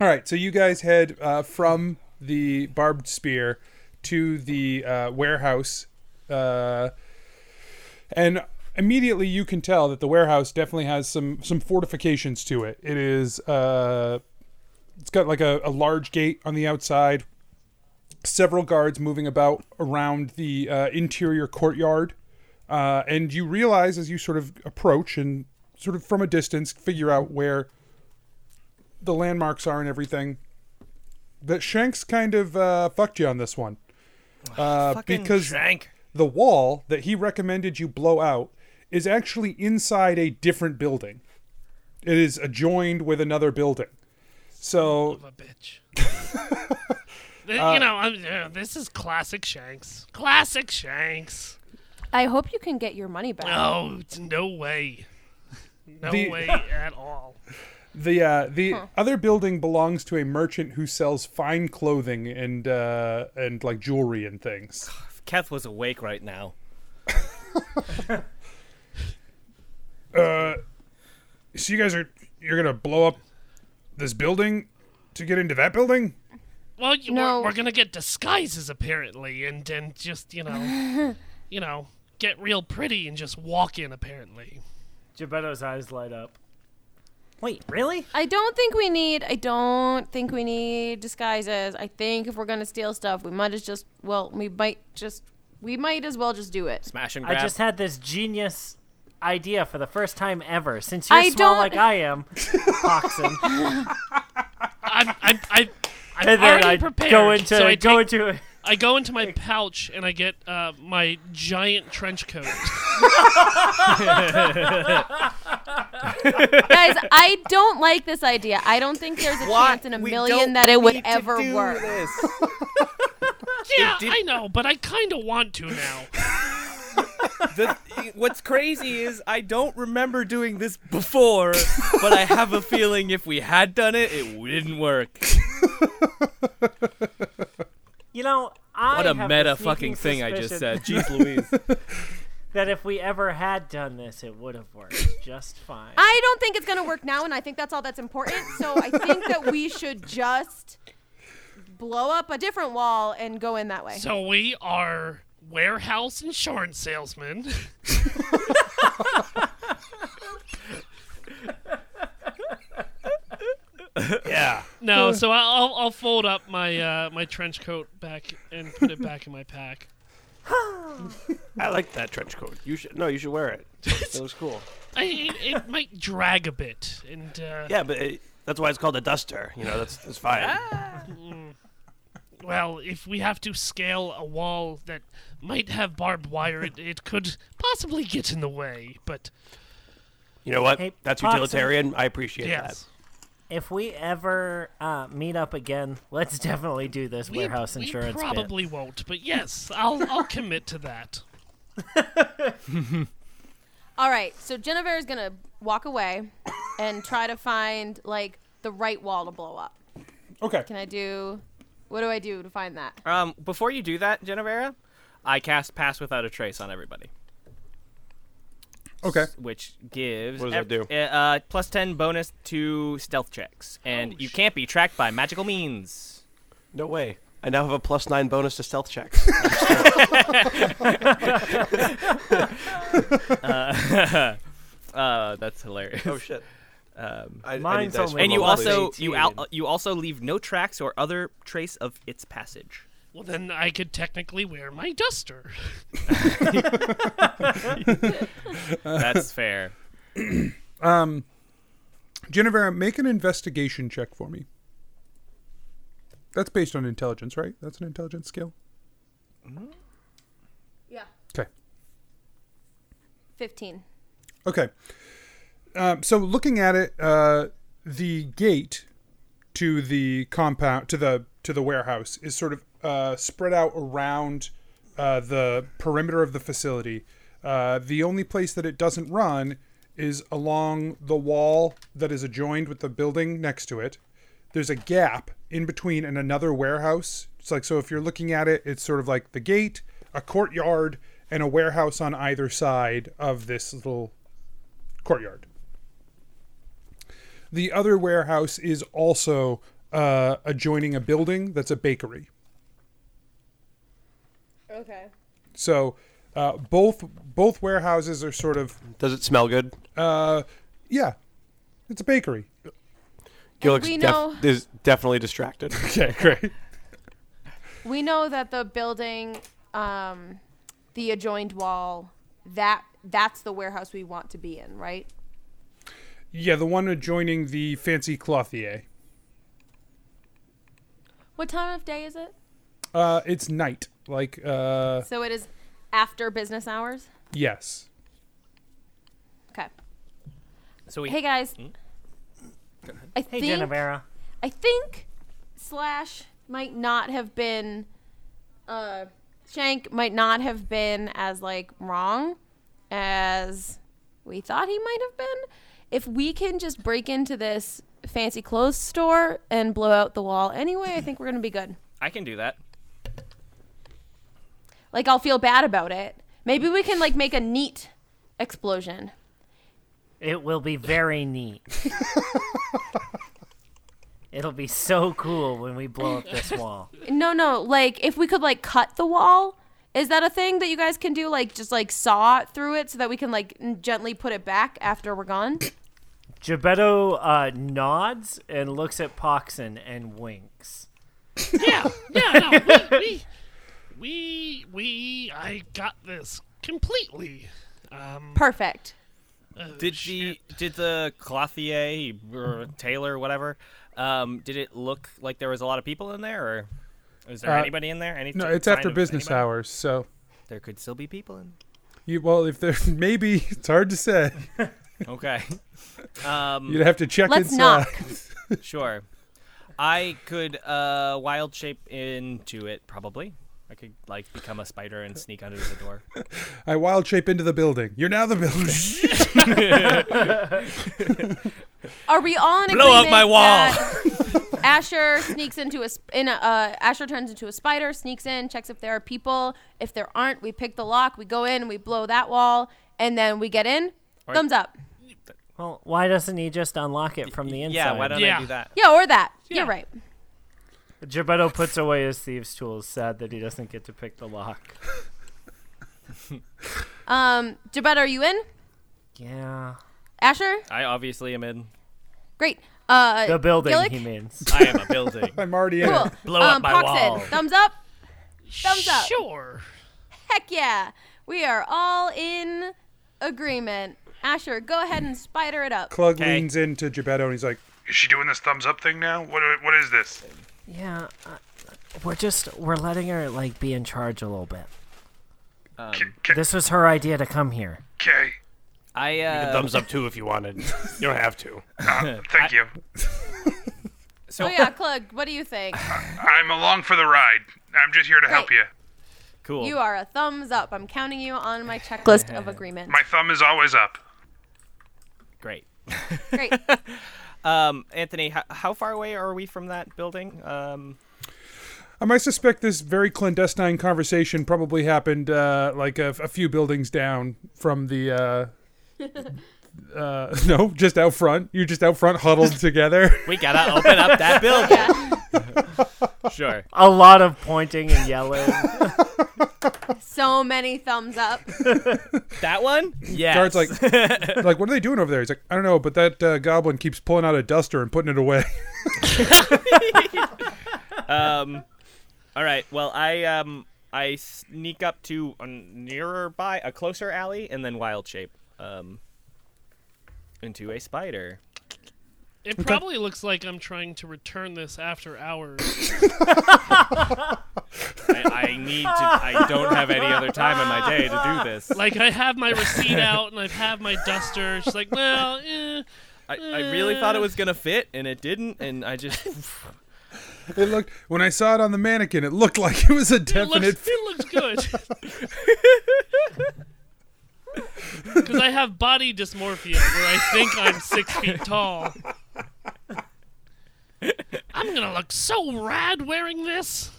Speaker 1: All right, so you guys head uh, from the barbed spear to the uh, warehouse, uh, and immediately you can tell that the warehouse definitely has some some fortifications to it. It is uh, it's got like a, a large gate on the outside, several guards moving about around the uh, interior courtyard, uh, and you realize as you sort of approach and sort of from a distance figure out where the landmarks are and everything. But Shanks kind of uh, fucked you on this one. Uh,
Speaker 8: Fucking
Speaker 1: because
Speaker 8: Shank.
Speaker 1: the wall that he recommended you blow out is actually inside a different building. It is adjoined with another building. So
Speaker 6: *laughs*
Speaker 7: Th-
Speaker 1: Uh,
Speaker 7: you know, I'm, uh, this is classic Shanks. Classic Shanks.
Speaker 3: I hope you can get your money back.
Speaker 7: No, it's no way. No
Speaker 1: The-
Speaker 6: *laughs*
Speaker 7: way at all.
Speaker 1: the uh, the
Speaker 7: Huh.
Speaker 1: other building belongs to a merchant who sells fine clothing and uh, and like jewelry and things.
Speaker 8: Keth was awake right now.
Speaker 5: Uh, so you guys are you're gonna blow up this building to get into that building?
Speaker 7: Well, you,
Speaker 3: No.
Speaker 7: we're, we're gonna get disguises apparently, and and just you know, you know, get real pretty and just walk in apparently.
Speaker 6: Gebetto's eyes light up. Wait, really?
Speaker 3: I don't think we need. I don't think we need disguises. I think if we're gonna steal stuff, we might as just. Well, we might just. We might as well just do it.
Speaker 8: Smash
Speaker 6: I just had this genius idea for the first time ever. Since you're
Speaker 3: I
Speaker 6: small
Speaker 3: don't-
Speaker 6: like
Speaker 7: *laughs*
Speaker 6: I am, Poxon.
Speaker 7: I I I. I'm
Speaker 6: And then
Speaker 7: already
Speaker 6: I
Speaker 7: prepared.
Speaker 6: go into-
Speaker 7: so I
Speaker 6: go
Speaker 7: take-
Speaker 6: into-
Speaker 7: I go into my pouch and I get uh, my giant trench coat.
Speaker 3: Guys, I don't like this idea. I don't think there's a chance in a million that it would ever work.
Speaker 7: yeah, I know, but I kind of want to now.
Speaker 8: The, what's crazy is I don't remember doing this before, but I have a feeling if we had done it, it didn't work.
Speaker 6: You know, I
Speaker 8: What a
Speaker 6: have
Speaker 8: meta
Speaker 6: sneaking
Speaker 8: fucking thing I just
Speaker 6: suspicion
Speaker 8: said.
Speaker 6: *laughs*
Speaker 8: Jeez Louise.
Speaker 6: that if we ever had done this, it would have
Speaker 7: *laughs*
Speaker 6: worked just fine.
Speaker 3: I don't think it's gonna work now, and I think that's all that's important. So I think that we should just blow up a different wall and go in that way.
Speaker 7: So we are warehouse insurance salesmen. *laughs*
Speaker 4: yeah.
Speaker 7: No, so I- I'll I'll fold up my uh, my trench coat back and put it back in my pack.
Speaker 4: I like that trench coat. You should no, you should wear
Speaker 5: *laughs*
Speaker 4: it. It looks cool.
Speaker 7: I, it, it might drag a bit, and uh,
Speaker 4: Yeah, but it, that's why it's called a duster. You know, that's that's fine.
Speaker 3: Ah.
Speaker 7: mm. well, if we have to scale a wall that might have barbed wire, it, it could possibly get in the way. But
Speaker 4: You know what?
Speaker 6: Hey,
Speaker 4: that's
Speaker 6: Poxum.
Speaker 4: utilitarian. I appreciate
Speaker 7: Yes.
Speaker 6: If we ever uh, meet up again, let's definitely do this
Speaker 7: we,
Speaker 6: warehouse
Speaker 7: we
Speaker 6: insurance bit.
Speaker 7: probably won't. But yes, I'll I'll commit to that.
Speaker 3: All right, so Jennifer is gonna walk away, *coughs* and try to find like the right wall to blow up.
Speaker 1: Okay.
Speaker 3: Can I do? What do I do to find that?
Speaker 1: Uh,
Speaker 8: Um, before you do that, Genevera, I cast Pass Without a Trace on everybody.
Speaker 1: Okay.
Speaker 8: Which gives
Speaker 4: What does that
Speaker 8: ev- Uh, plus ten bonus to stealth checks,
Speaker 4: Oh,
Speaker 8: and you can't be tracked by magical means.
Speaker 4: No way. I now have a plus nine bonus to stealth
Speaker 5: *laughs*
Speaker 4: checks.
Speaker 8: uh, uh, that's hilarious.
Speaker 4: Oh, shit.
Speaker 8: Um,
Speaker 4: I- I Mine's need dice only for
Speaker 8: and you
Speaker 4: level
Speaker 8: also you
Speaker 4: 18.
Speaker 8: al- you also leave no tracks or other trace of its passage.
Speaker 7: Well, then I could technically wear my duster. *laughs*
Speaker 8: That's fair.
Speaker 1: um, Genevera, make an investigation check for me. That's based on intelligence, right? That's an intelligence skill.
Speaker 3: Yeah.
Speaker 1: Okay.
Speaker 3: Fifteen.
Speaker 1: Okay. Um, so looking at it, uh, the gate to the compound to the to the warehouse is sort of uh, spread out around uh, the perimeter of the facility. Uh, the only place that it doesn't run is along the wall that is adjoined with the building next to it. There's a gap in between and another warehouse. It's like so if you're looking at it, it's sort of like the gate, a courtyard, and a warehouse on either side of this little courtyard. The other warehouse is also uh, adjoining a building that's a bakery.
Speaker 3: Okay.
Speaker 1: So uh, both both warehouses are sort of
Speaker 4: Does it smell good?
Speaker 1: uh, yeah, it's a bakery.
Speaker 4: Gillick's
Speaker 3: we
Speaker 4: def-
Speaker 3: know-
Speaker 4: is definitely distracted.
Speaker 1: okay, great.
Speaker 3: We know that the building, um, the adjoined wall, that that's the warehouse we want to be in, right?
Speaker 1: *laughs* Yeah, the one adjoining the fancy clothier.
Speaker 3: What time of day is it?
Speaker 1: Uh, it's night, like uh,
Speaker 3: so it is after business hours.
Speaker 1: yes.
Speaker 3: Okay.
Speaker 8: So
Speaker 3: Hey guys.
Speaker 1: Hmm?
Speaker 3: I
Speaker 6: Hey,
Speaker 3: think,
Speaker 6: Genevera.
Speaker 3: I think Slash might not have been, uh, Shank might not have been as like wrong as we thought he might have been. If we can just break into this fancy clothes store and blow out the wall anyway, I think we're gonna be good.
Speaker 8: I can do that.
Speaker 3: Like I'll feel bad about it. Maybe we can like make a neat explosion.
Speaker 6: It will be
Speaker 7: *laughs*
Speaker 6: very neat. It'll be so cool when we blow
Speaker 7: *laughs*
Speaker 6: up this wall.
Speaker 3: No, no. Like, if we could like cut the wall, is that a thing that you guys can do? Like, just like saw it through it so that we can like n- gently put it back after we're gone.
Speaker 6: Gebetto uh, nods and looks at Poxon and winks.
Speaker 7: yeah, no, we, we, we, we, I got this completely. Oh, Um,
Speaker 3: Perfect.
Speaker 8: did she? Did the clothier or tailor, whatever? Um, did it look like there was a lot of people in there, or is there
Speaker 1: Uh,
Speaker 8: anybody in there? Any
Speaker 1: No,
Speaker 8: t-
Speaker 1: it's
Speaker 8: sign
Speaker 1: after
Speaker 8: of
Speaker 1: business
Speaker 8: anybody?
Speaker 1: hours, so
Speaker 8: There could still be people in.
Speaker 1: you well if there *laughs* maybe it's hard to say.
Speaker 8: Okay. *laughs* Um,
Speaker 1: You'd have to check Let's
Speaker 6: uh,
Speaker 1: inside.
Speaker 8: sure. I could uh, wild shape into it probably. I could like become a spider and sneak under the
Speaker 1: *laughs*
Speaker 8: door.
Speaker 1: I uh, wild shape into the building. You're now the building.
Speaker 3: Are we all in
Speaker 8: *laughs* Blow up
Speaker 3: agreement
Speaker 8: my wall. *laughs*
Speaker 3: that Asher sneaks into a sp- in a uh, Asher turns into a spider, sneaks in, checks if there are people. If there aren't, we pick the lock, we go in, we blow that wall, and then we get in.
Speaker 6: Or-
Speaker 3: Thumbs up.
Speaker 6: Well, why doesn't he just unlock it from the inside?
Speaker 8: yeah, why don't I do that?
Speaker 3: Yeah, or that. You're right.
Speaker 6: Gebetto puts away his thieves' tools, sad that he doesn't get to pick the lock.
Speaker 3: Um, Jabet, are you in?
Speaker 6: Yeah.
Speaker 3: Asher,
Speaker 8: I obviously am in.
Speaker 3: great. Uh,
Speaker 6: The building,
Speaker 3: Gillick?
Speaker 6: he means.
Speaker 8: I am a building.
Speaker 1: I'm already
Speaker 8: in.
Speaker 3: Cool.
Speaker 8: *laughs* Blow up
Speaker 3: Um,
Speaker 8: my
Speaker 3: Poxin,
Speaker 8: wall.
Speaker 3: Thumbs up. Thumbs up.
Speaker 7: Sure.
Speaker 3: Heck yeah. We are all in agreement. Asher, go ahead and spider it up.
Speaker 1: Clug leans into Gebetto and he's like,
Speaker 5: Is she doing this thumbs up thing now? What what is this?
Speaker 6: *laughs* Yeah, uh, we're just we're letting her like be in charge a little bit.
Speaker 8: Um,
Speaker 6: this was her idea to come here.
Speaker 5: Okay.
Speaker 8: I uh,
Speaker 4: you can thumbs up too if you
Speaker 5: *laughs*
Speaker 4: wanted. You don't have to.
Speaker 5: Uh,
Speaker 15: *laughs*
Speaker 5: Thank you.
Speaker 3: oh yeah, Clug, what do you think?
Speaker 5: I'm along for the ride. I'm just here to help you.
Speaker 8: Cool.
Speaker 3: You are a thumbs up. I'm counting you on my checklist of agreement.
Speaker 5: My thumb is always up.
Speaker 8: Great.
Speaker 3: Great.
Speaker 8: um, Anthony, how, how far away are we from that building? Um,
Speaker 1: Um, I suspect this very clandestine conversation probably happened uh, like a, a few buildings down from the.
Speaker 7: *laughs*
Speaker 1: Uh, uh, *laughs* no, just out front. You're just out front
Speaker 7: *laughs*
Speaker 1: huddled together. *laughs*
Speaker 8: we gotta open up *laughs* that building. sure.
Speaker 6: A lot of pointing and yelling.
Speaker 3: So many thumbs up.
Speaker 8: that one? Yes.
Speaker 1: Guard's like, like, what are they doing over there? He's like, I don't know, but that uh, goblin keeps pulling out a duster and putting it away. *laughs*
Speaker 8: um, all right. Well, I um, I sneak up to a nearer by a closer alley and then wild shape um, into a spider.
Speaker 7: It probably looks like I'm trying to return this after hours.
Speaker 8: I, I need to. I don't have any other time in my day to do this.
Speaker 7: Like I have my
Speaker 6: *laughs*
Speaker 7: receipt out and I have my duster. She's like, well, eh,
Speaker 8: I, I really thought it was gonna fit, and it didn't, and I just. *laughs*
Speaker 1: it looked when I saw it on the mannequin, it looked like it was a definite.
Speaker 7: Looks, it looks good. Because I have body dysmorphia where I think I'm six feet tall. I'm gonna look so rad wearing this.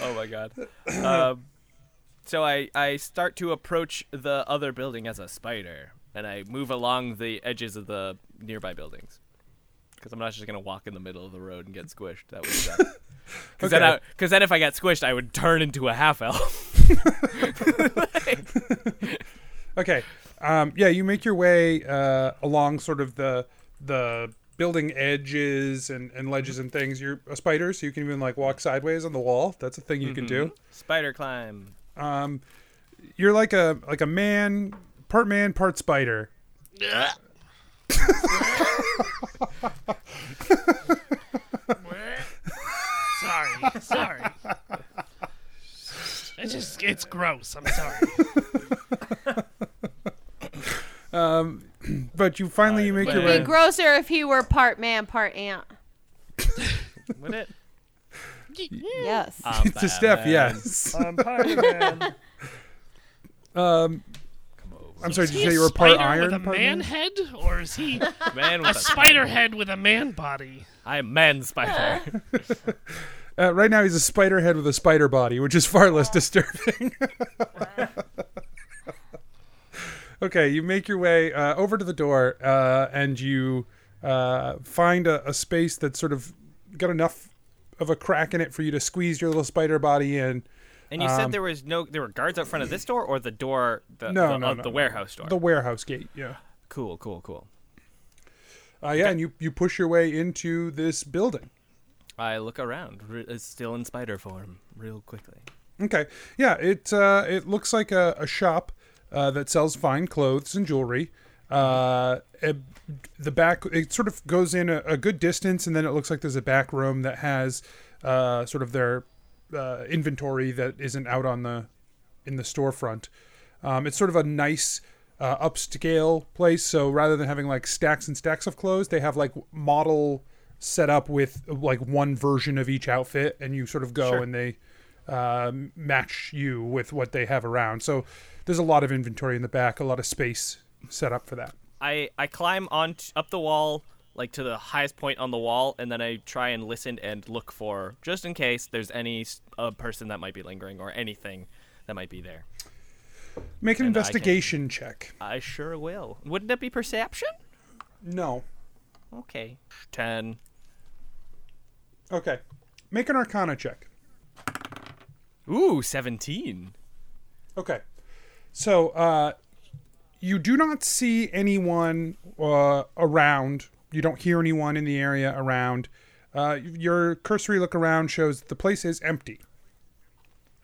Speaker 8: oh my god. Um, so I, I start to approach the other building as a spider, and I move along the edges of the nearby buildings. Because I'm not just gonna walk in the middle of the road and get squished. That would suck.
Speaker 1: *laughs*
Speaker 8: Because then, I-
Speaker 4: Okay.
Speaker 8: 'cause then, if I got squished, I would turn into a half elf. *laughs*
Speaker 1: okay, um, yeah, you make your way uh, along sort of the the building edges and, and ledges and things. You're a spider, so you can even like walk sideways on the wall. That's a thing you can
Speaker 8: Mm-hmm.
Speaker 1: do.
Speaker 8: Spider climb.
Speaker 1: Um, you're like a like a man, part man, part spider.
Speaker 7: sorry, sorry. It's just, it's gross. I'm sorry.
Speaker 1: Um, but you finally you make your
Speaker 3: It'd
Speaker 1: way.
Speaker 3: be grosser if he were part man, part ant.
Speaker 8: Would it?
Speaker 3: Yes.
Speaker 8: Um,
Speaker 3: *laughs*
Speaker 1: I'm It's a step, Batman. yes. I'm *laughs* Spider-Man. Um, I'm sorry,
Speaker 7: Is
Speaker 1: did
Speaker 7: he
Speaker 1: you say
Speaker 7: a
Speaker 1: you were part
Speaker 7: spider
Speaker 1: iron?
Speaker 7: with a
Speaker 1: part
Speaker 7: man head, or is he *laughs*
Speaker 8: Man
Speaker 7: a
Speaker 8: with a
Speaker 7: spider head with a man body?
Speaker 8: I'm man spider.
Speaker 1: Uh, right now, he's a spider head with a spider body, which is far less disturbing. *laughs* okay, you make your way uh, over to the door, uh, and you uh, find a, a space that's sort of got enough of a crack in it for you to squeeze your little spider body in.
Speaker 8: And you said
Speaker 1: Um,
Speaker 8: there was no there were guards out front of this door or the door the
Speaker 1: no,
Speaker 8: the,
Speaker 1: no,
Speaker 8: uh,
Speaker 1: no,
Speaker 8: the
Speaker 1: no.
Speaker 8: warehouse door.
Speaker 1: The warehouse gate, yeah.
Speaker 8: Cool, cool, cool.
Speaker 1: Uh, yeah, and you, you push your way into this building.
Speaker 8: I look around, re- it's still in spider form, real quickly.
Speaker 1: Okay. Yeah, it uh, it looks like a, a shop uh, that sells fine clothes and jewelry. Uh, it- the back it sort of goes in a, a good distance, and then it looks like there's a back room that has uh, sort of their uh, inventory that isn't out on the in the storefront. Um, it's sort of a nice uh, upscale place. So rather than having like stacks and stacks of clothes, they have like model set up with like one version of each outfit, and you sort of go
Speaker 4: Sure.
Speaker 1: and they uh, match you with what they have around. So there's a lot of inventory in the back, a lot of space set up for that.
Speaker 8: I I climb on t- up the wall like to the highest point on the wall and then I try and listen and look for just in case there's any s- a person that might be lingering or anything that might be there.
Speaker 1: Make an
Speaker 8: And I can-
Speaker 1: investigation check.
Speaker 8: I sure will. Wouldn't that be perception?
Speaker 1: No.
Speaker 8: Okay. 10.
Speaker 1: Okay. Make an arcana check.
Speaker 8: Ooh, 17.
Speaker 1: Okay. So uh, you do not see anyone uh, around. You don't hear anyone in the area around. Uh, your cursory look around shows that the place is empty.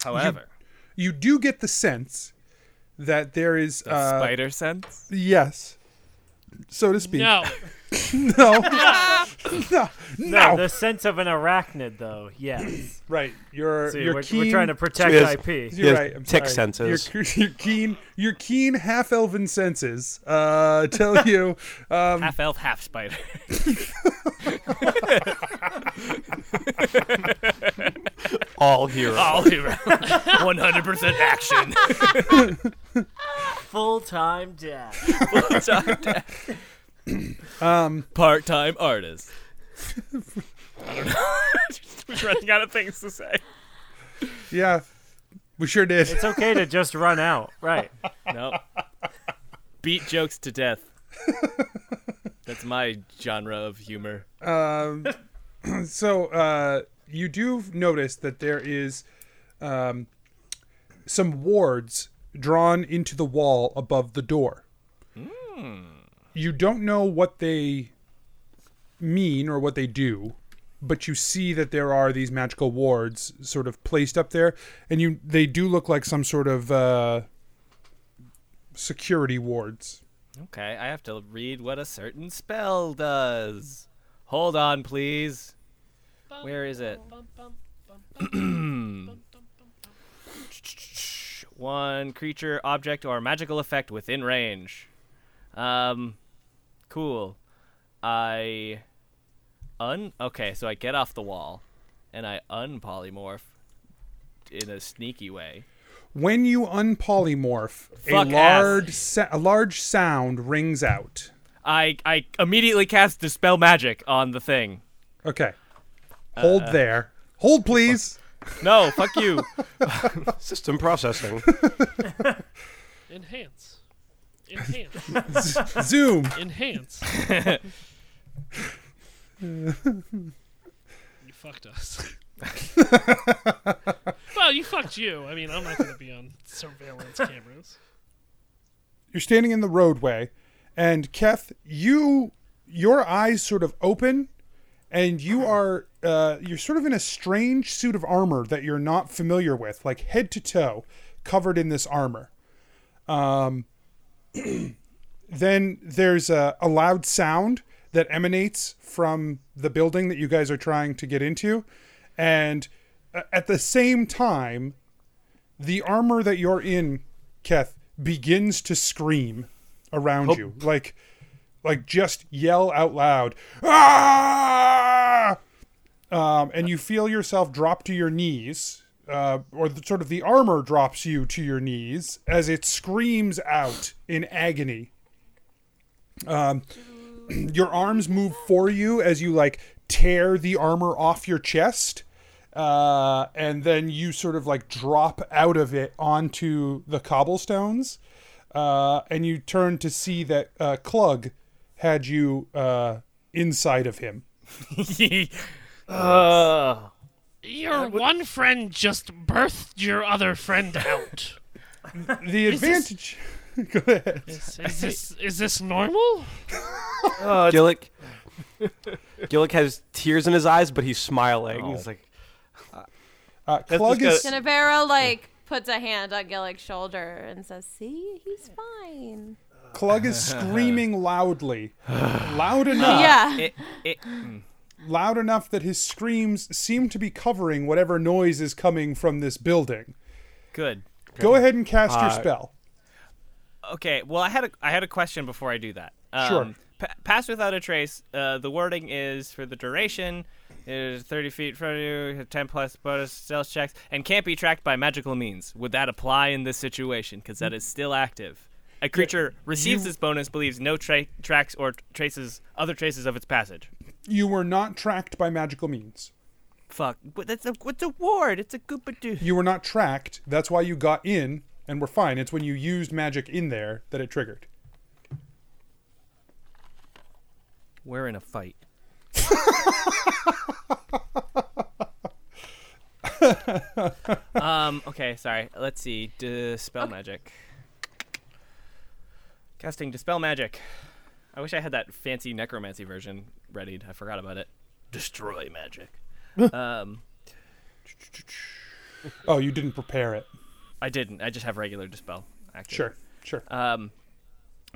Speaker 8: However,
Speaker 1: You do get the sense that there is
Speaker 8: the
Speaker 1: uh,
Speaker 8: spider sense?
Speaker 1: Yes, so to speak.
Speaker 7: *laughs*
Speaker 1: no.
Speaker 7: No.
Speaker 1: no.
Speaker 6: No,
Speaker 1: No.
Speaker 6: the sense of an arachnid, though. Yes.
Speaker 1: right. You're
Speaker 6: See,
Speaker 1: you're
Speaker 6: we're,
Speaker 1: keen,
Speaker 6: we're trying to protect
Speaker 4: Yes.
Speaker 6: IP.
Speaker 1: You're
Speaker 4: Yes,
Speaker 1: right. I'm
Speaker 4: tick
Speaker 1: sorry. *laughs*
Speaker 4: senses.
Speaker 1: Your, your keen, your keen half-elven senses uh, tell *laughs* you um,
Speaker 8: half elf, half *laughs* spider.
Speaker 4: All hero.
Speaker 13: All hero. *laughs* 100% action.
Speaker 6: Full time
Speaker 8: *laughs*
Speaker 6: dad.
Speaker 8: Full-time dad.
Speaker 13: Um,
Speaker 8: Part time artist.
Speaker 13: I don't know. We're running out of things to say.
Speaker 1: Yeah, we sure did.
Speaker 6: It's okay to just run out, right?
Speaker 8: No. Beat jokes to death. That's my genre of humor.
Speaker 1: Um, so uh, you do notice that there is um, some wards drawn into the wall above the door. You don't know what they mean or what they do, but you see that there are these magical wards sort of placed up there, and you they do look like some sort of uh, security wards.
Speaker 8: Okay, I have to read what a certain spell does. Hold on, please. Where is it? *clears throat* One creature, object, or magical effect within range. Um, cool. I un. Okay, so I get off the wall, and I unpolymorph in a sneaky way.
Speaker 1: When you unpolymorph,
Speaker 8: Fuck
Speaker 1: a
Speaker 8: ass.
Speaker 1: large sa- a large sound rings out.
Speaker 8: I I immediately cast dispel magic on the thing.
Speaker 1: Okay. Hold
Speaker 8: Uh,
Speaker 1: there. Hold please.
Speaker 8: No, fuck you.
Speaker 4: System
Speaker 15: *laughs*
Speaker 4: processing.
Speaker 7: Enhance. Enhance.
Speaker 1: Z- zoom.
Speaker 7: Enhance.
Speaker 13: *laughs*
Speaker 7: you fucked us. *laughs* well, you fucked you. I mean, I'm not going to be on surveillance cameras.
Speaker 1: You're standing in the roadway and Keth, you your eyes sort of open and you are uh, you're sort of in a strange suit of armor that you're not familiar with, like head to toe covered in this armor. Um *clears throat* then there's a, a loud sound that emanates from the building that you guys are trying to get into and uh, at the same time the armor that you're in keth begins to scream around you like like just yell out loud ah! um, and you feel yourself drop to your knees uh, or the, sort of the armor drops you to your knees as it screams out in agony um, *clears throat* your arms move for you as you like tear the armor off your chest, uh, and then you sort of like drop out of it onto the cobblestones, uh, and you turn to see that uh, Clug had you uh, inside of him.
Speaker 7: Uh, Your one friend just birthed your other friend out.
Speaker 1: the
Speaker 7: Is this-
Speaker 1: advantage. Go ahead.
Speaker 7: Is, is this is this normal?
Speaker 8: *laughs*
Speaker 4: Gillick. Gillick has tears in his eyes, but he's smiling. He's like,
Speaker 1: uh,
Speaker 4: Clug is.
Speaker 3: Genevera like puts a hand on Gillick's shoulder and says, "See, he's fine."
Speaker 1: Clug is screaming
Speaker 8: *sighs*
Speaker 1: loudly, loud
Speaker 8: Uh,
Speaker 1: enough.
Speaker 3: Yeah.
Speaker 1: loud enough that his screams seem to be covering whatever noise is coming from this building.
Speaker 8: Good.
Speaker 1: Go ahead and cast
Speaker 8: Uh,
Speaker 1: your spell.
Speaker 8: Okay. Well, I had a I had a question before I do that. Um,
Speaker 1: Sure.
Speaker 8: pa- pass without a trace. Uh, the wording is for the duration. It is 30 feet from you, 10 plus bonus stealth checks, and can't be tracked by magical means. Would that apply in this situation? Because that is still active. A creature receives
Speaker 1: you-
Speaker 8: this bonus, believes no tra- tracks or traces other traces of its passage.
Speaker 1: You were not tracked by magical means.
Speaker 8: Fuck. But that's a what's a ward? It's a goopadu.
Speaker 1: You were not tracked. That's why you got in and were fine. It's when you used magic in there that it triggered.
Speaker 8: We're in a fight. um. Okay. Sorry. Let's see. Dispel magic. Casting dispel magic. I wish I had that fancy necromancy version readied. I forgot about it. Destroy magic. um.
Speaker 1: Oh, you didn't prepare it.
Speaker 8: I didn't. I just have regular dispel. Active.
Speaker 1: Sure, sure.
Speaker 8: Um,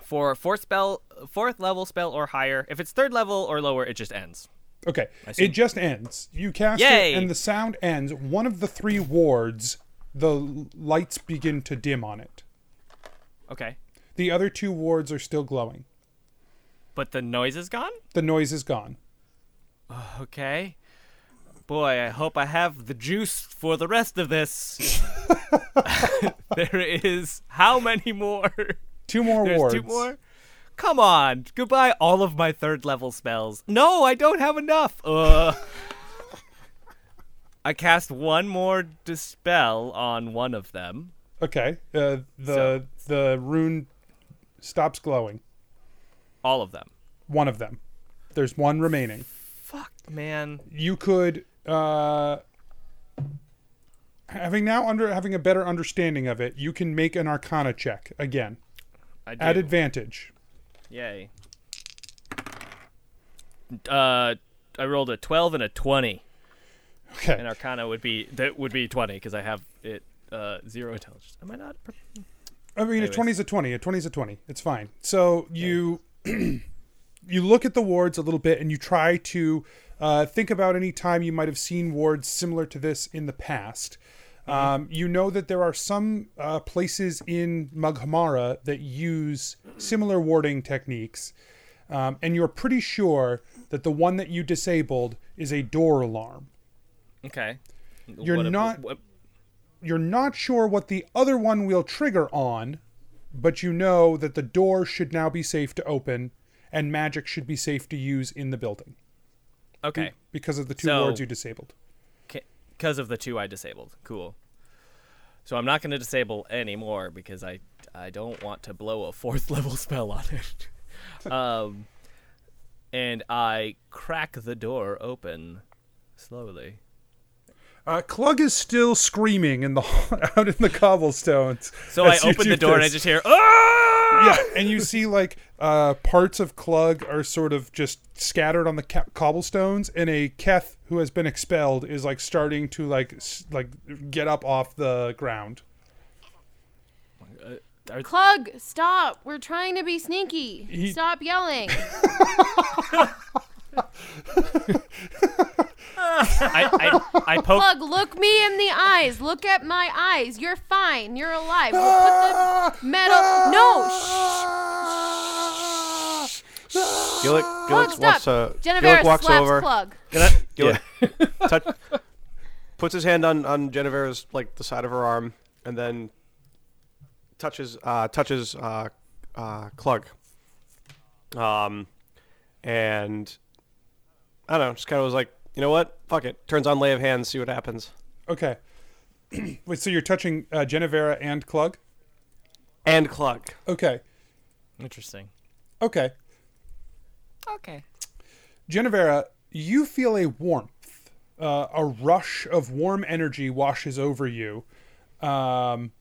Speaker 8: for fourth spell, fourth level spell or higher. If it's third level or lower, it just ends.
Speaker 1: Okay.
Speaker 8: I see.
Speaker 1: It just ends. You cast
Speaker 8: Yay!
Speaker 1: it and the sound ends. One of the three wards, the l- lights begin to dim on it.
Speaker 8: Okay.
Speaker 1: The other two wards are still glowing.
Speaker 8: But the noise is gone.
Speaker 1: The noise is gone.
Speaker 8: Okay. boy, I hope I have the juice for the rest of this. *laughs* there is how many more?
Speaker 1: Two more
Speaker 8: There's Two
Speaker 1: wards.
Speaker 8: more. Come on, goodbye all of my third level spells. No, I don't have enough. Uh, *laughs* I cast one more dispel on one of them.
Speaker 1: Okay. Uh, the the rune stops glowing.
Speaker 8: All of them.
Speaker 1: One of them. There's one remaining.
Speaker 8: Fuck, man.
Speaker 1: You could uh having now under having a better understanding of it, you can make an arcana check again.
Speaker 8: I
Speaker 1: At
Speaker 8: do.
Speaker 1: advantage.
Speaker 8: Yay. Uh, I rolled a twelve and a twenty.
Speaker 1: Okay.
Speaker 8: And Arcana would be that would be twenty because I have it uh zero intelligence. Am I not? pre-
Speaker 1: I mean,
Speaker 8: Anyways.
Speaker 1: a twenty is a twenty. A twenty is a twenty. It's fine. So you you look at the wards a little bit, and you try to uh, think about any time you might have seen wards similar to this in the past. Um, you know that there are some uh, places in Mughamara that use similar warding techniques, um, and you're pretty sure that the one that you disabled is a door alarm.
Speaker 8: Okay.
Speaker 1: You're
Speaker 8: What ab-
Speaker 1: not-
Speaker 8: what-
Speaker 1: You're not sure what the other one will trigger on, but you know that the door should now be safe to open and magic should be safe to use in the building.
Speaker 8: okay.
Speaker 1: Because of the two
Speaker 8: So-
Speaker 1: wards you disabled.
Speaker 8: Because of the two I disabled. Cool. So I'm not going to disable anymore because I I don't want to blow a fourth *laughs* level spell on it. *laughs* um, and I crack the door open slowly.
Speaker 1: Uh, Clug is still screaming in the *laughs* out in the cobblestones.
Speaker 8: So I
Speaker 1: as you
Speaker 8: open
Speaker 1: do
Speaker 8: the door and I
Speaker 1: this.
Speaker 8: just hear, "Ah!"
Speaker 1: Yeah, and you see like uh, parts of Clug are sort of just scattered on the ca- cobblestones, and a Keth who has been expelled is like starting to like s- like get up off the ground.
Speaker 3: Clug, stop. We're trying to be sneaky.
Speaker 1: He-
Speaker 3: Stop
Speaker 6: *laughs*
Speaker 3: yelling.
Speaker 8: I, I, I poke.
Speaker 3: Clug, look me in the eyes. Look at my eyes. You're fine. You're alive. We'll put the metal. No. Shh.
Speaker 4: Gillick,
Speaker 3: Plug,
Speaker 4: Gillick
Speaker 3: stop.
Speaker 4: walks, uh,
Speaker 3: Jennifer
Speaker 4: Gillick walks
Speaker 3: slaps
Speaker 4: over.
Speaker 3: plug.
Speaker 4: Can I, Gillick touch, puts his hand on on Jennifer's like the side of her arm, and then touches uh, touches uh, uh, Clug. Um, and I don't know, just kind of was like, you know what? Fuck it. Turns on lay of hands, see what happens.
Speaker 1: Okay, *clears throat* wait. So you're touching uh, Genevera and Clug.
Speaker 4: And Clug.
Speaker 1: Okay.
Speaker 8: Interesting.
Speaker 1: Okay.
Speaker 8: Okay.
Speaker 1: Genevera, you feel a warmth, uh, a rush of warm energy washes over you. Um,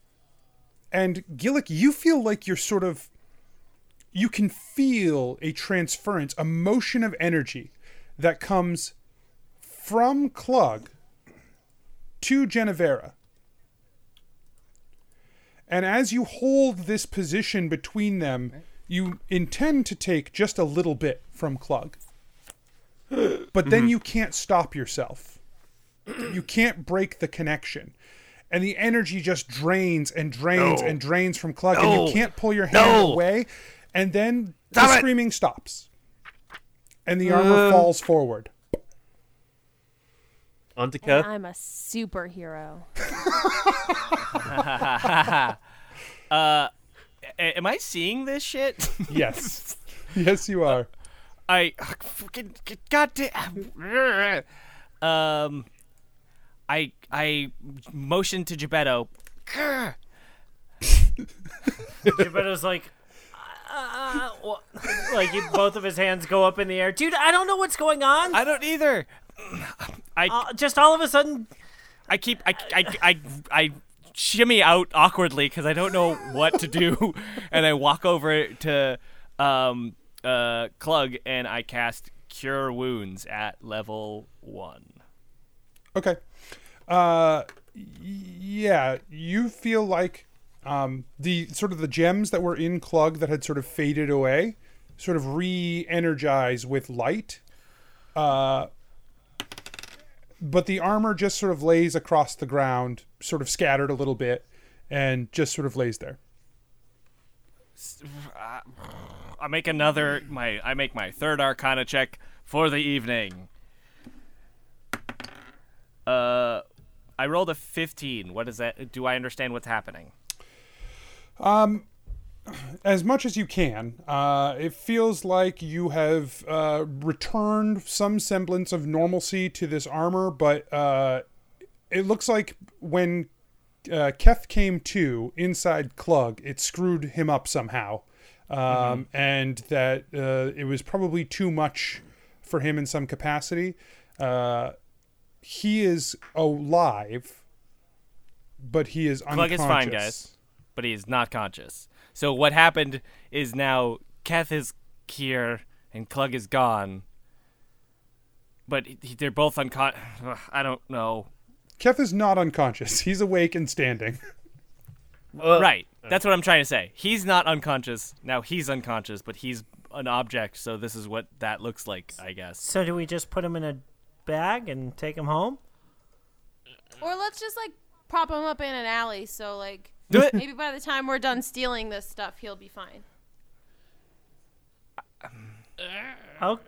Speaker 1: and Gillick, you feel like you're sort of, you can feel a transference, a motion of energy that comes from Clug to Genevera. And as you hold this position between them, you intend to take just a little bit from Clug but then
Speaker 16: Mhm.
Speaker 1: you can't stop yourself. You can't break the connection. And the energy just drains and drains
Speaker 16: No.
Speaker 1: and drains from Cluck, and
Speaker 16: No.
Speaker 1: you can't pull your hand
Speaker 16: No.
Speaker 1: away. And then
Speaker 16: Stop
Speaker 1: the
Speaker 16: it.
Speaker 1: screaming stops. And the armor
Speaker 16: Uh.
Speaker 1: falls forward.
Speaker 17: Onto
Speaker 3: And I'm a superhero.
Speaker 8: uh, a- am I seeing this shit? *laughs*
Speaker 16: *laughs*
Speaker 1: Yes. yes, you are.
Speaker 8: I fucking goddamn. *laughs* Um, I I motioned to Gebetto.
Speaker 6: Gebetto's like, uh, wha- like you, both of his hands go up in the air. Dude, I don't know what's going on. I
Speaker 8: don't either. I
Speaker 6: just all of a sudden.
Speaker 8: I keep I I I, I shimmy out awkwardly because I don't know what to do, *laughs* and I walk over to um uh Clug and I cast Cure Wounds at level one.
Speaker 1: Okay. Uh, y- yeah, you feel like um, the sort of the gems that were in Clug that had sort of faded away, sort of re-energize with light. Uh, but the armor just sort of lays across the ground, sort of scattered a little bit, and just sort of lays there.
Speaker 8: I make another my I make my third Arcana check for the evening. Uh, I rolled a 15. What is that? Do I understand what's happening?
Speaker 1: Um, as much as you can, uh, it feels like you have uh, returned some semblance of normalcy to this armor, but uh, it looks like when uh, Keth came to inside Clug, it screwed him up somehow, um,
Speaker 4: Mm-hmm.
Speaker 1: and that uh, it was probably too much for him in some capacity. Uh, he is alive, but he is
Speaker 8: Plug
Speaker 1: unconscious.
Speaker 8: is fine, guys, but he is not conscious. So what happened is now Keth is here and Clug is gone. But he- they're both unconscious. I don't know.
Speaker 1: Keth is not unconscious. He's awake
Speaker 16: *laughs*
Speaker 1: and standing.
Speaker 8: right. That's what I'm trying to say. He's not unconscious. Now he's unconscious, but he's an object, so this is what that looks like, I guess.
Speaker 6: So do we just put him in a bag and take him home?
Speaker 3: Or let's just like prop him up in an alley so like
Speaker 6: Do it.
Speaker 3: maybe by the time we're done stealing this stuff, he'll be fine.
Speaker 6: Oh,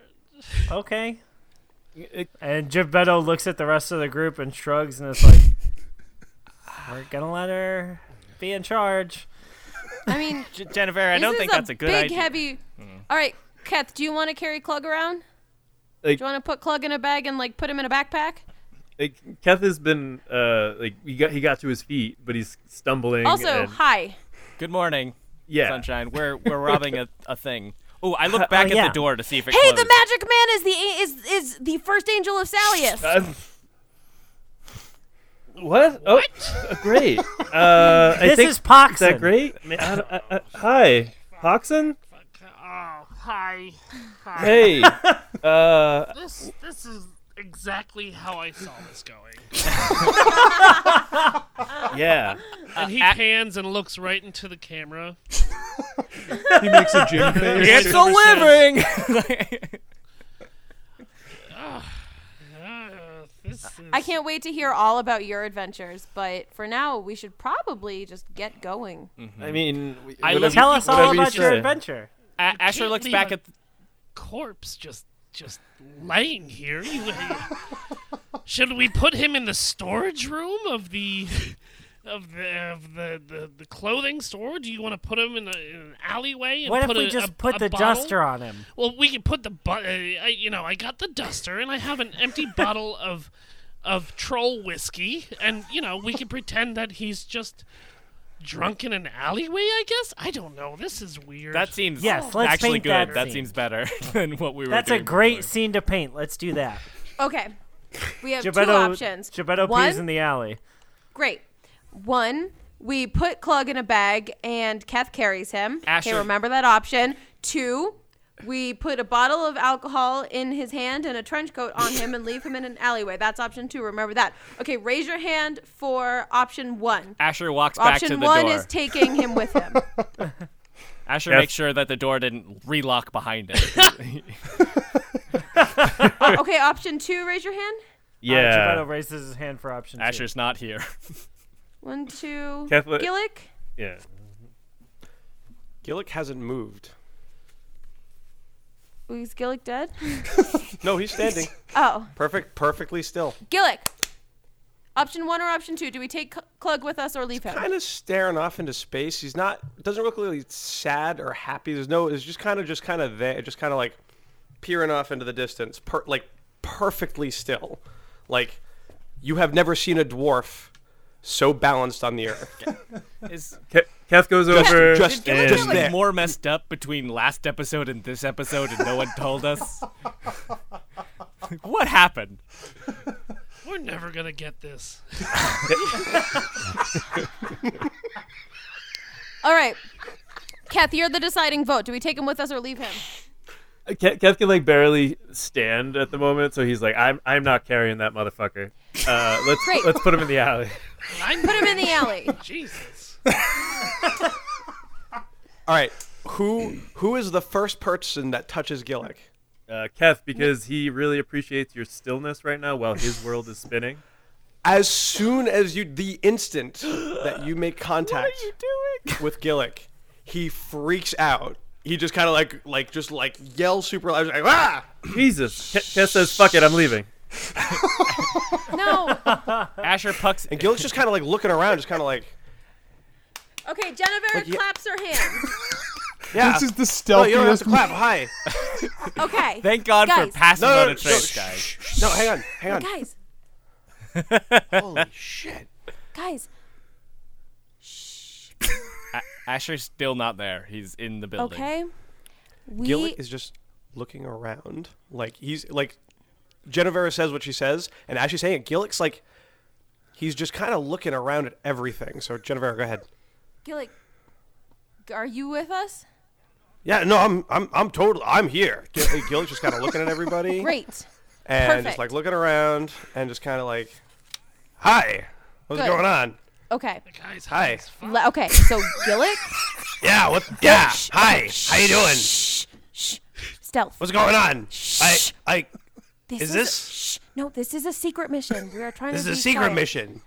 Speaker 6: okay. And Geppetto looks at the rest of the group and shrugs and is like, "We're gonna let her be in charge."
Speaker 3: I mean,
Speaker 8: Jennifer, I
Speaker 3: This
Speaker 8: don't
Speaker 3: is
Speaker 8: think that's a good
Speaker 3: big,
Speaker 8: idea.
Speaker 3: heavy. All right, Keth, do you want to carry Clug around?
Speaker 15: Like-
Speaker 3: do you want to put Clug in a bag and like put him in a backpack?
Speaker 15: Like Keth has been uh like he got he got to his feet, but he's stumbling.
Speaker 3: Also,
Speaker 15: and-
Speaker 3: hi.
Speaker 8: Good morning.
Speaker 15: Yeah.
Speaker 8: Sunshine. We're *laughs* we're robbing a, a thing. Oh, I look back at
Speaker 15: yeah.
Speaker 8: the door to see if it
Speaker 3: Hey,
Speaker 8: closed.
Speaker 3: the magic man is the a- is is the first angel of Salius.
Speaker 15: what? Oh, great. Uh, I
Speaker 6: This
Speaker 15: think-
Speaker 6: is Poxon.
Speaker 15: Is that great? Ma- I don't- I- I- hi, Poxon.
Speaker 7: Oh, hi. hi.
Speaker 15: Hey. Uh,
Speaker 7: This this is exactly how I saw this
Speaker 8: *laughs*
Speaker 7: going.
Speaker 15: Yeah.
Speaker 7: And he pans and looks right into the camera.
Speaker 1: He makes a
Speaker 8: *laughs*
Speaker 1: Jim face.
Speaker 7: It's a
Speaker 8: living!
Speaker 7: Ugh. Ugh, Uh, this is...
Speaker 3: I can't wait to hear all about your adventures, but for now we should probably just get going.
Speaker 8: Mm.
Speaker 15: I mean, we-
Speaker 8: I
Speaker 15: whatever
Speaker 8: look- Tell
Speaker 15: you-
Speaker 8: us all
Speaker 15: whatever you
Speaker 8: about your
Speaker 15: say.
Speaker 6: adventure.
Speaker 8: A-
Speaker 7: You
Speaker 8: Asher
Speaker 7: can't
Speaker 8: looks
Speaker 7: leave
Speaker 8: back
Speaker 7: a
Speaker 8: at.
Speaker 7: corpse just just laying here. You, should we put him in the storage room of the of the of the, the, the clothing store? Do you want to put him in, a, in an alleyway? And
Speaker 6: What if
Speaker 7: put
Speaker 6: we
Speaker 7: a-
Speaker 6: just
Speaker 7: a-
Speaker 6: put
Speaker 7: a
Speaker 6: the
Speaker 7: bottle? Oh.
Speaker 6: duster on him?
Speaker 7: Well, we can put the bu- uh, I, you know, I got the duster and I have an empty
Speaker 6: *laughs*
Speaker 7: bottle of of troll whiskey, and you know, we can pretend that he's just drunk in an alleyway. I guess I don't know. This is weird.
Speaker 8: *laughs* That seems
Speaker 6: Yes, let's
Speaker 8: actually
Speaker 6: paint
Speaker 8: good.
Speaker 6: that scene.
Speaker 8: seems better *laughs* than what we were
Speaker 6: That's a
Speaker 8: doing.
Speaker 6: great scene to paint. Let's do that.
Speaker 3: Okay, we have two
Speaker 6: Geppetto,
Speaker 3: options.
Speaker 6: Geppetto
Speaker 3: One,
Speaker 6: pees in the alley.
Speaker 3: Great. One, we put Clug in a bag and Keth carries him. Okay,
Speaker 6: Asher.
Speaker 3: remember that option. Two, we put a bottle of alcohol in his hand and a trench coat on him and leave him in an alleyway. That's option two. Remember that. Okay, raise your hand for option one.
Speaker 8: Asher walks back to
Speaker 3: option
Speaker 8: the
Speaker 3: one
Speaker 8: door.
Speaker 3: is taking him with
Speaker 8: *laughs*
Speaker 3: him.
Speaker 8: Asher
Speaker 15: Yes.
Speaker 8: makes sure that the door didn't relock behind *laughs* it.
Speaker 3: okay, option two, raise your hand.
Speaker 15: Yeah.
Speaker 6: Uh, Geppetto raises his hand for option two.
Speaker 8: Asher's not here.
Speaker 3: One, two.
Speaker 8: Catholic-
Speaker 3: Gillick?
Speaker 15: Yeah.
Speaker 4: Gillick hasn't moved.
Speaker 3: Is Gillick dead?
Speaker 4: *laughs* No, he's standing.
Speaker 3: *laughs* Oh.
Speaker 4: Perfect, perfectly still.
Speaker 3: Gillick! Option one or option two? Do we take Cl- Clug with us or leave him?
Speaker 4: Kind of staring off into space. He's not. Doesn't look really *laughs* sad or happy. There's no. It's just kind of, just kind of there. Just kind of like peering off into the distance. Per, like perfectly still. Like you have never seen a dwarf so balanced on the earth.
Speaker 8: Is
Speaker 15: Ke- Keth goes
Speaker 4: Just-
Speaker 15: over.
Speaker 4: just-
Speaker 8: Did Gillick
Speaker 15: and-
Speaker 8: get, like, more messed up between last episode and this episode, and no one told
Speaker 4: *laughs*
Speaker 8: us? Like, what happened?
Speaker 7: We're never gonna get this.
Speaker 3: All right. Kath, you're the deciding vote. Do we take him with us or leave him?
Speaker 15: Ke- Kev can like barely stand at the moment, so he's like, "I'm I'm not carrying that motherfucker. Uh, let's
Speaker 3: Great.
Speaker 15: let's put him in the alley."
Speaker 3: Put him in
Speaker 4: *laughs*
Speaker 3: the alley.
Speaker 7: *laughs* Jesus.
Speaker 4: All right. Who who is the first person that touches Gillick?
Speaker 15: Uh, Kev, because he really appreciates your stillness right now while his world is spinning.
Speaker 4: As soon as you, the instant that you *gasps* make contact with Gillick, he freaks out. He just kind of like, like, just like yells super loud, like, ah!
Speaker 15: Jesus, Ke- Kev says, "Fuck it, I'm leaving."
Speaker 3: No.
Speaker 8: Asher pucks,
Speaker 4: and Gil's just kind of like looking around, just kind of
Speaker 8: *laughs*
Speaker 4: like,
Speaker 3: Okay, Jennifer
Speaker 4: Like, yeah.
Speaker 3: claps her hands.
Speaker 4: yeah.
Speaker 1: This Oh, is the
Speaker 4: No, Oh, you don't have
Speaker 1: stealthiest-
Speaker 4: to clap. Hi.
Speaker 3: Okay.
Speaker 8: Thank God for
Speaker 3: Guys.
Speaker 8: passing
Speaker 4: No, no,
Speaker 8: on
Speaker 4: no,
Speaker 8: a trace,
Speaker 4: no,
Speaker 8: guys.
Speaker 4: No, hang on, hang on. *laughs*
Speaker 3: Guys,
Speaker 8: Holy shit.
Speaker 3: guys.
Speaker 8: Asher's still not there. He's in the building.
Speaker 3: Okay. We
Speaker 4: Gillick is just looking around. Like he's like Genevieve says what she says, and as she's saying it, Gillick's like he's just kind of looking around at everything. So Genevieve, go ahead.
Speaker 3: Gillick, are you with us?
Speaker 4: Yeah, no, I'm I'm I'm totally I'm here. Gil- Gillick's just kind of looking at everybody.
Speaker 3: Great.
Speaker 4: And
Speaker 3: Perfect.
Speaker 4: just like looking around and just kind of like, hi, what's
Speaker 3: Good.
Speaker 4: going on?
Speaker 3: Okay.
Speaker 4: Hi.
Speaker 3: Le- okay, so Gillick,
Speaker 4: Yeah, what?
Speaker 3: Oh,
Speaker 4: Yeah, hi. How you doing?
Speaker 3: stealth.
Speaker 4: What's going on? I I
Speaker 3: This
Speaker 4: is
Speaker 3: is-
Speaker 4: this
Speaker 3: No, this is a secret mission. We are trying
Speaker 4: this is
Speaker 3: to
Speaker 4: a
Speaker 3: be
Speaker 4: secret
Speaker 3: quiet. *laughs*
Speaker 4: mission?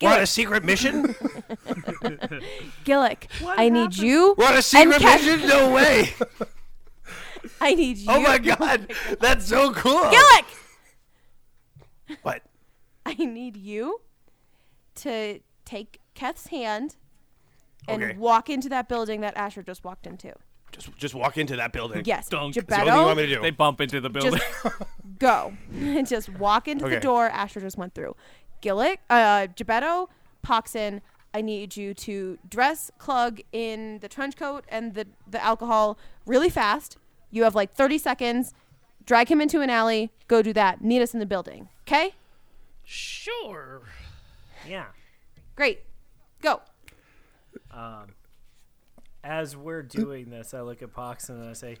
Speaker 3: Gillick,
Speaker 4: We're on a secret
Speaker 3: *laughs*
Speaker 4: mission.
Speaker 3: Gillick, I need you.
Speaker 4: We're on a
Speaker 3: and
Speaker 4: secret
Speaker 3: Cat-
Speaker 4: mission? No way.
Speaker 3: *laughs* I need you.
Speaker 4: Oh my god, that's so cool.
Speaker 3: Gillick,
Speaker 4: What?
Speaker 3: I need you to take Keth's hand and
Speaker 4: Okay.
Speaker 3: walk into that building that Asher just walked into.
Speaker 4: Just just walk into that building.
Speaker 3: Yes, Dunk.
Speaker 4: That's the only thing you
Speaker 3: Geppetto?
Speaker 4: want me to do.
Speaker 8: They bump into
Speaker 2: *laughs*
Speaker 8: the building.
Speaker 3: Go. *laughs* just walk into
Speaker 4: Okay.
Speaker 3: the door Asher just went through. Gillick, uh, Gebetto, Poxin, I need you to dress Clug in the trench coat and the, the alcohol really fast. You have like 30 seconds. Drag him into an alley. Go do that. Meet us in the building. Okay?
Speaker 7: Sure.
Speaker 6: Yeah.
Speaker 3: Great. Go.
Speaker 6: Um, as we're doing this, I look at Pox and I say,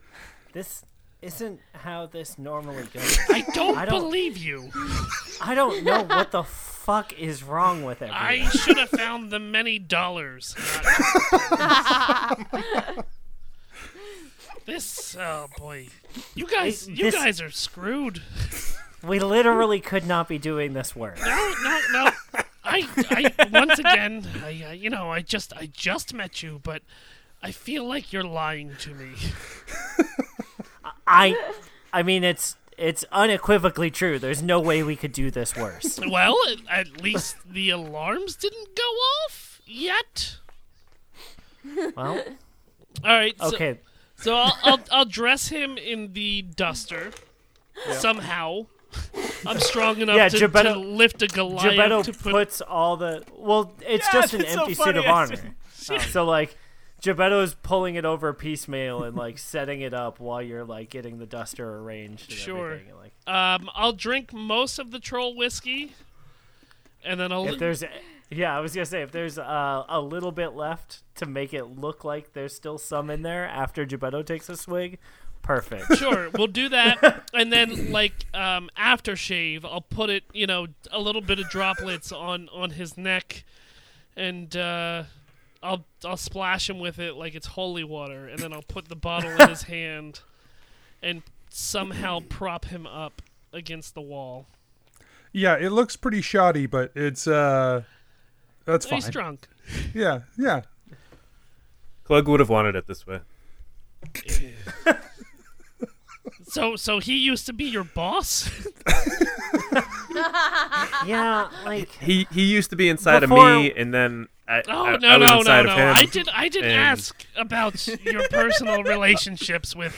Speaker 6: "This isn't how this normally goes."
Speaker 7: I don't, believe *laughs* you.
Speaker 6: I don't know what the fuck is wrong with everyone.
Speaker 7: I should have found the many *laughs* dollars. this oh boy, you guys,
Speaker 6: It-
Speaker 7: you
Speaker 6: this-
Speaker 7: guys are screwed.
Speaker 6: we literally could not be doing this work.
Speaker 7: No, no, no. I, I once again, I, uh, you know, I just, I just met you, but I feel like you're lying to me.
Speaker 6: I, I mean, it's it's unequivocally true. There's no way we could do this worse.
Speaker 7: Well, at- at least the alarms didn't go off yet.
Speaker 6: Well,
Speaker 7: All right. so-
Speaker 6: Okay.
Speaker 7: So I'll,
Speaker 6: *laughs*
Speaker 7: I'll I'll dress him in the duster somehow. I'm strong enough
Speaker 6: Yeah,
Speaker 7: to, to
Speaker 6: Gebetto-
Speaker 7: lift a Goliath
Speaker 6: Geppetto
Speaker 7: to put.
Speaker 6: puts all the well. It's
Speaker 7: Yeah,
Speaker 6: just an
Speaker 7: it's so
Speaker 6: empty suit
Speaker 7: funny,
Speaker 6: of
Speaker 7: I
Speaker 6: armor. Um,
Speaker 7: see.
Speaker 6: so like, Gebetto's pulling it over piecemeal and like setting it up while you're like getting the duster arranged. And
Speaker 7: Sure.
Speaker 6: everything. Like,
Speaker 7: Um, I'll drink most of the troll whiskey, and then I'll.
Speaker 6: if there's, yeah, I was gonna say if there's uh, a little bit left to make it look like there's still some in there after Gebetto takes a swig, perfect.
Speaker 7: Sure, we'll
Speaker 1: *laughs*
Speaker 7: do that, and then like um, aftershave, I'll put it, you know, a little bit of droplets on on his neck, and uh, I'll I'll splash him with it like it's holy water, and then I'll put the bottle
Speaker 1: *laughs*
Speaker 7: in his hand, and somehow prop him up against the wall.
Speaker 1: Yeah, it looks pretty shoddy, but it's uh, that's fine.
Speaker 7: He's drunk.
Speaker 1: Yeah, yeah.
Speaker 15: Clug would have wanted it this way.
Speaker 7: So so he used to be your boss.
Speaker 6: *laughs*
Speaker 7: *laughs*
Speaker 6: yeah, like
Speaker 15: He he used to be inside of me,
Speaker 6: Before-
Speaker 15: and then I,
Speaker 7: Oh
Speaker 15: I,
Speaker 7: no
Speaker 15: I was
Speaker 7: no no
Speaker 15: inside
Speaker 7: no!
Speaker 15: of him.
Speaker 7: I did I didn't
Speaker 15: and-
Speaker 7: ask about your personal relationships with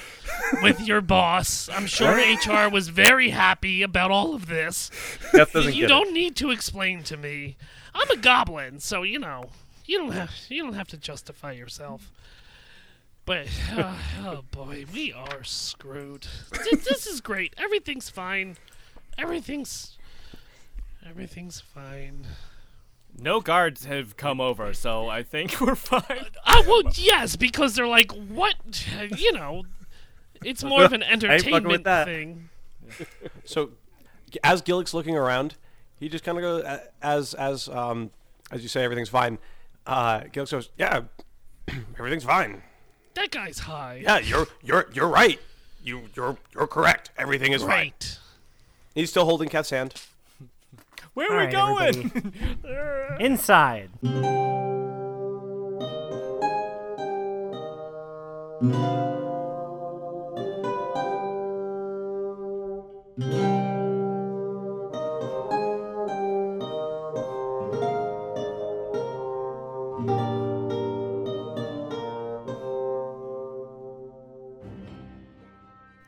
Speaker 7: with your boss. I'm sure HR was very happy about all of this.
Speaker 15: Jeff doesn't
Speaker 7: you
Speaker 15: get it.
Speaker 7: don't need to explain to me. I'm a goblin, so you know you don't have you don't have to justify yourself. But uh, oh boy, we are screwed. Th- This is great. Everything's fine. Everything's everything's fine.
Speaker 8: No guards have come over, so I think we're fine.
Speaker 7: I Uh, well, yes, because they're like, what? *laughs* You know, it's more of
Speaker 4: *laughs*
Speaker 7: an
Speaker 4: I ain't fucking with
Speaker 7: entertainment
Speaker 4: that.
Speaker 7: thing.
Speaker 4: So, g- as Gillick's looking around, he just kind of goes
Speaker 3: uh,
Speaker 4: a- as as um as you say everything's fine. Uh, Gillick goes, yeah, everything's fine.
Speaker 7: That guy's high.
Speaker 4: Yeah, you're you're you're right. You you're you're correct. Everything is fine.
Speaker 7: Right.
Speaker 4: He's still holding Cat's hand.
Speaker 8: Where
Speaker 6: All
Speaker 8: are we
Speaker 6: right,
Speaker 8: going?
Speaker 6: *laughs* inside.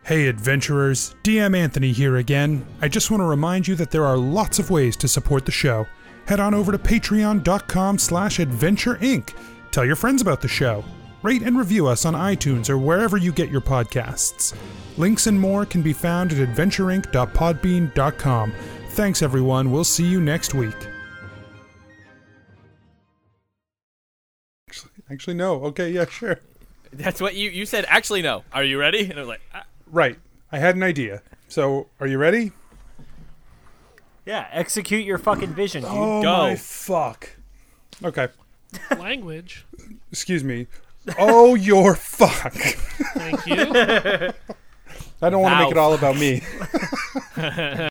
Speaker 1: Hey, adventurers, DM Anthony here again. I just want to remind you that there are lots of ways to support the show. Head on over to patreon.com slash adventure inc. Tell your friends about the show. Rate and review us on iTunes or wherever you get your podcasts. Links and more can be found at adventureinc.podbean.com. Thanks, everyone. We'll see you next week.
Speaker 5: Actually, no. Okay, yeah, sure.
Speaker 8: That's what you you said. Actually, no. Are you ready? And I was like, ah.
Speaker 5: Right. I had an idea. So, are you ready?
Speaker 6: Yeah, execute your fucking vision, dude.
Speaker 5: Oh my fuck. Okay.
Speaker 7: Language.
Speaker 5: Excuse me. Oh, your fuck.
Speaker 7: Thank you.
Speaker 5: I don't want to make it all about me.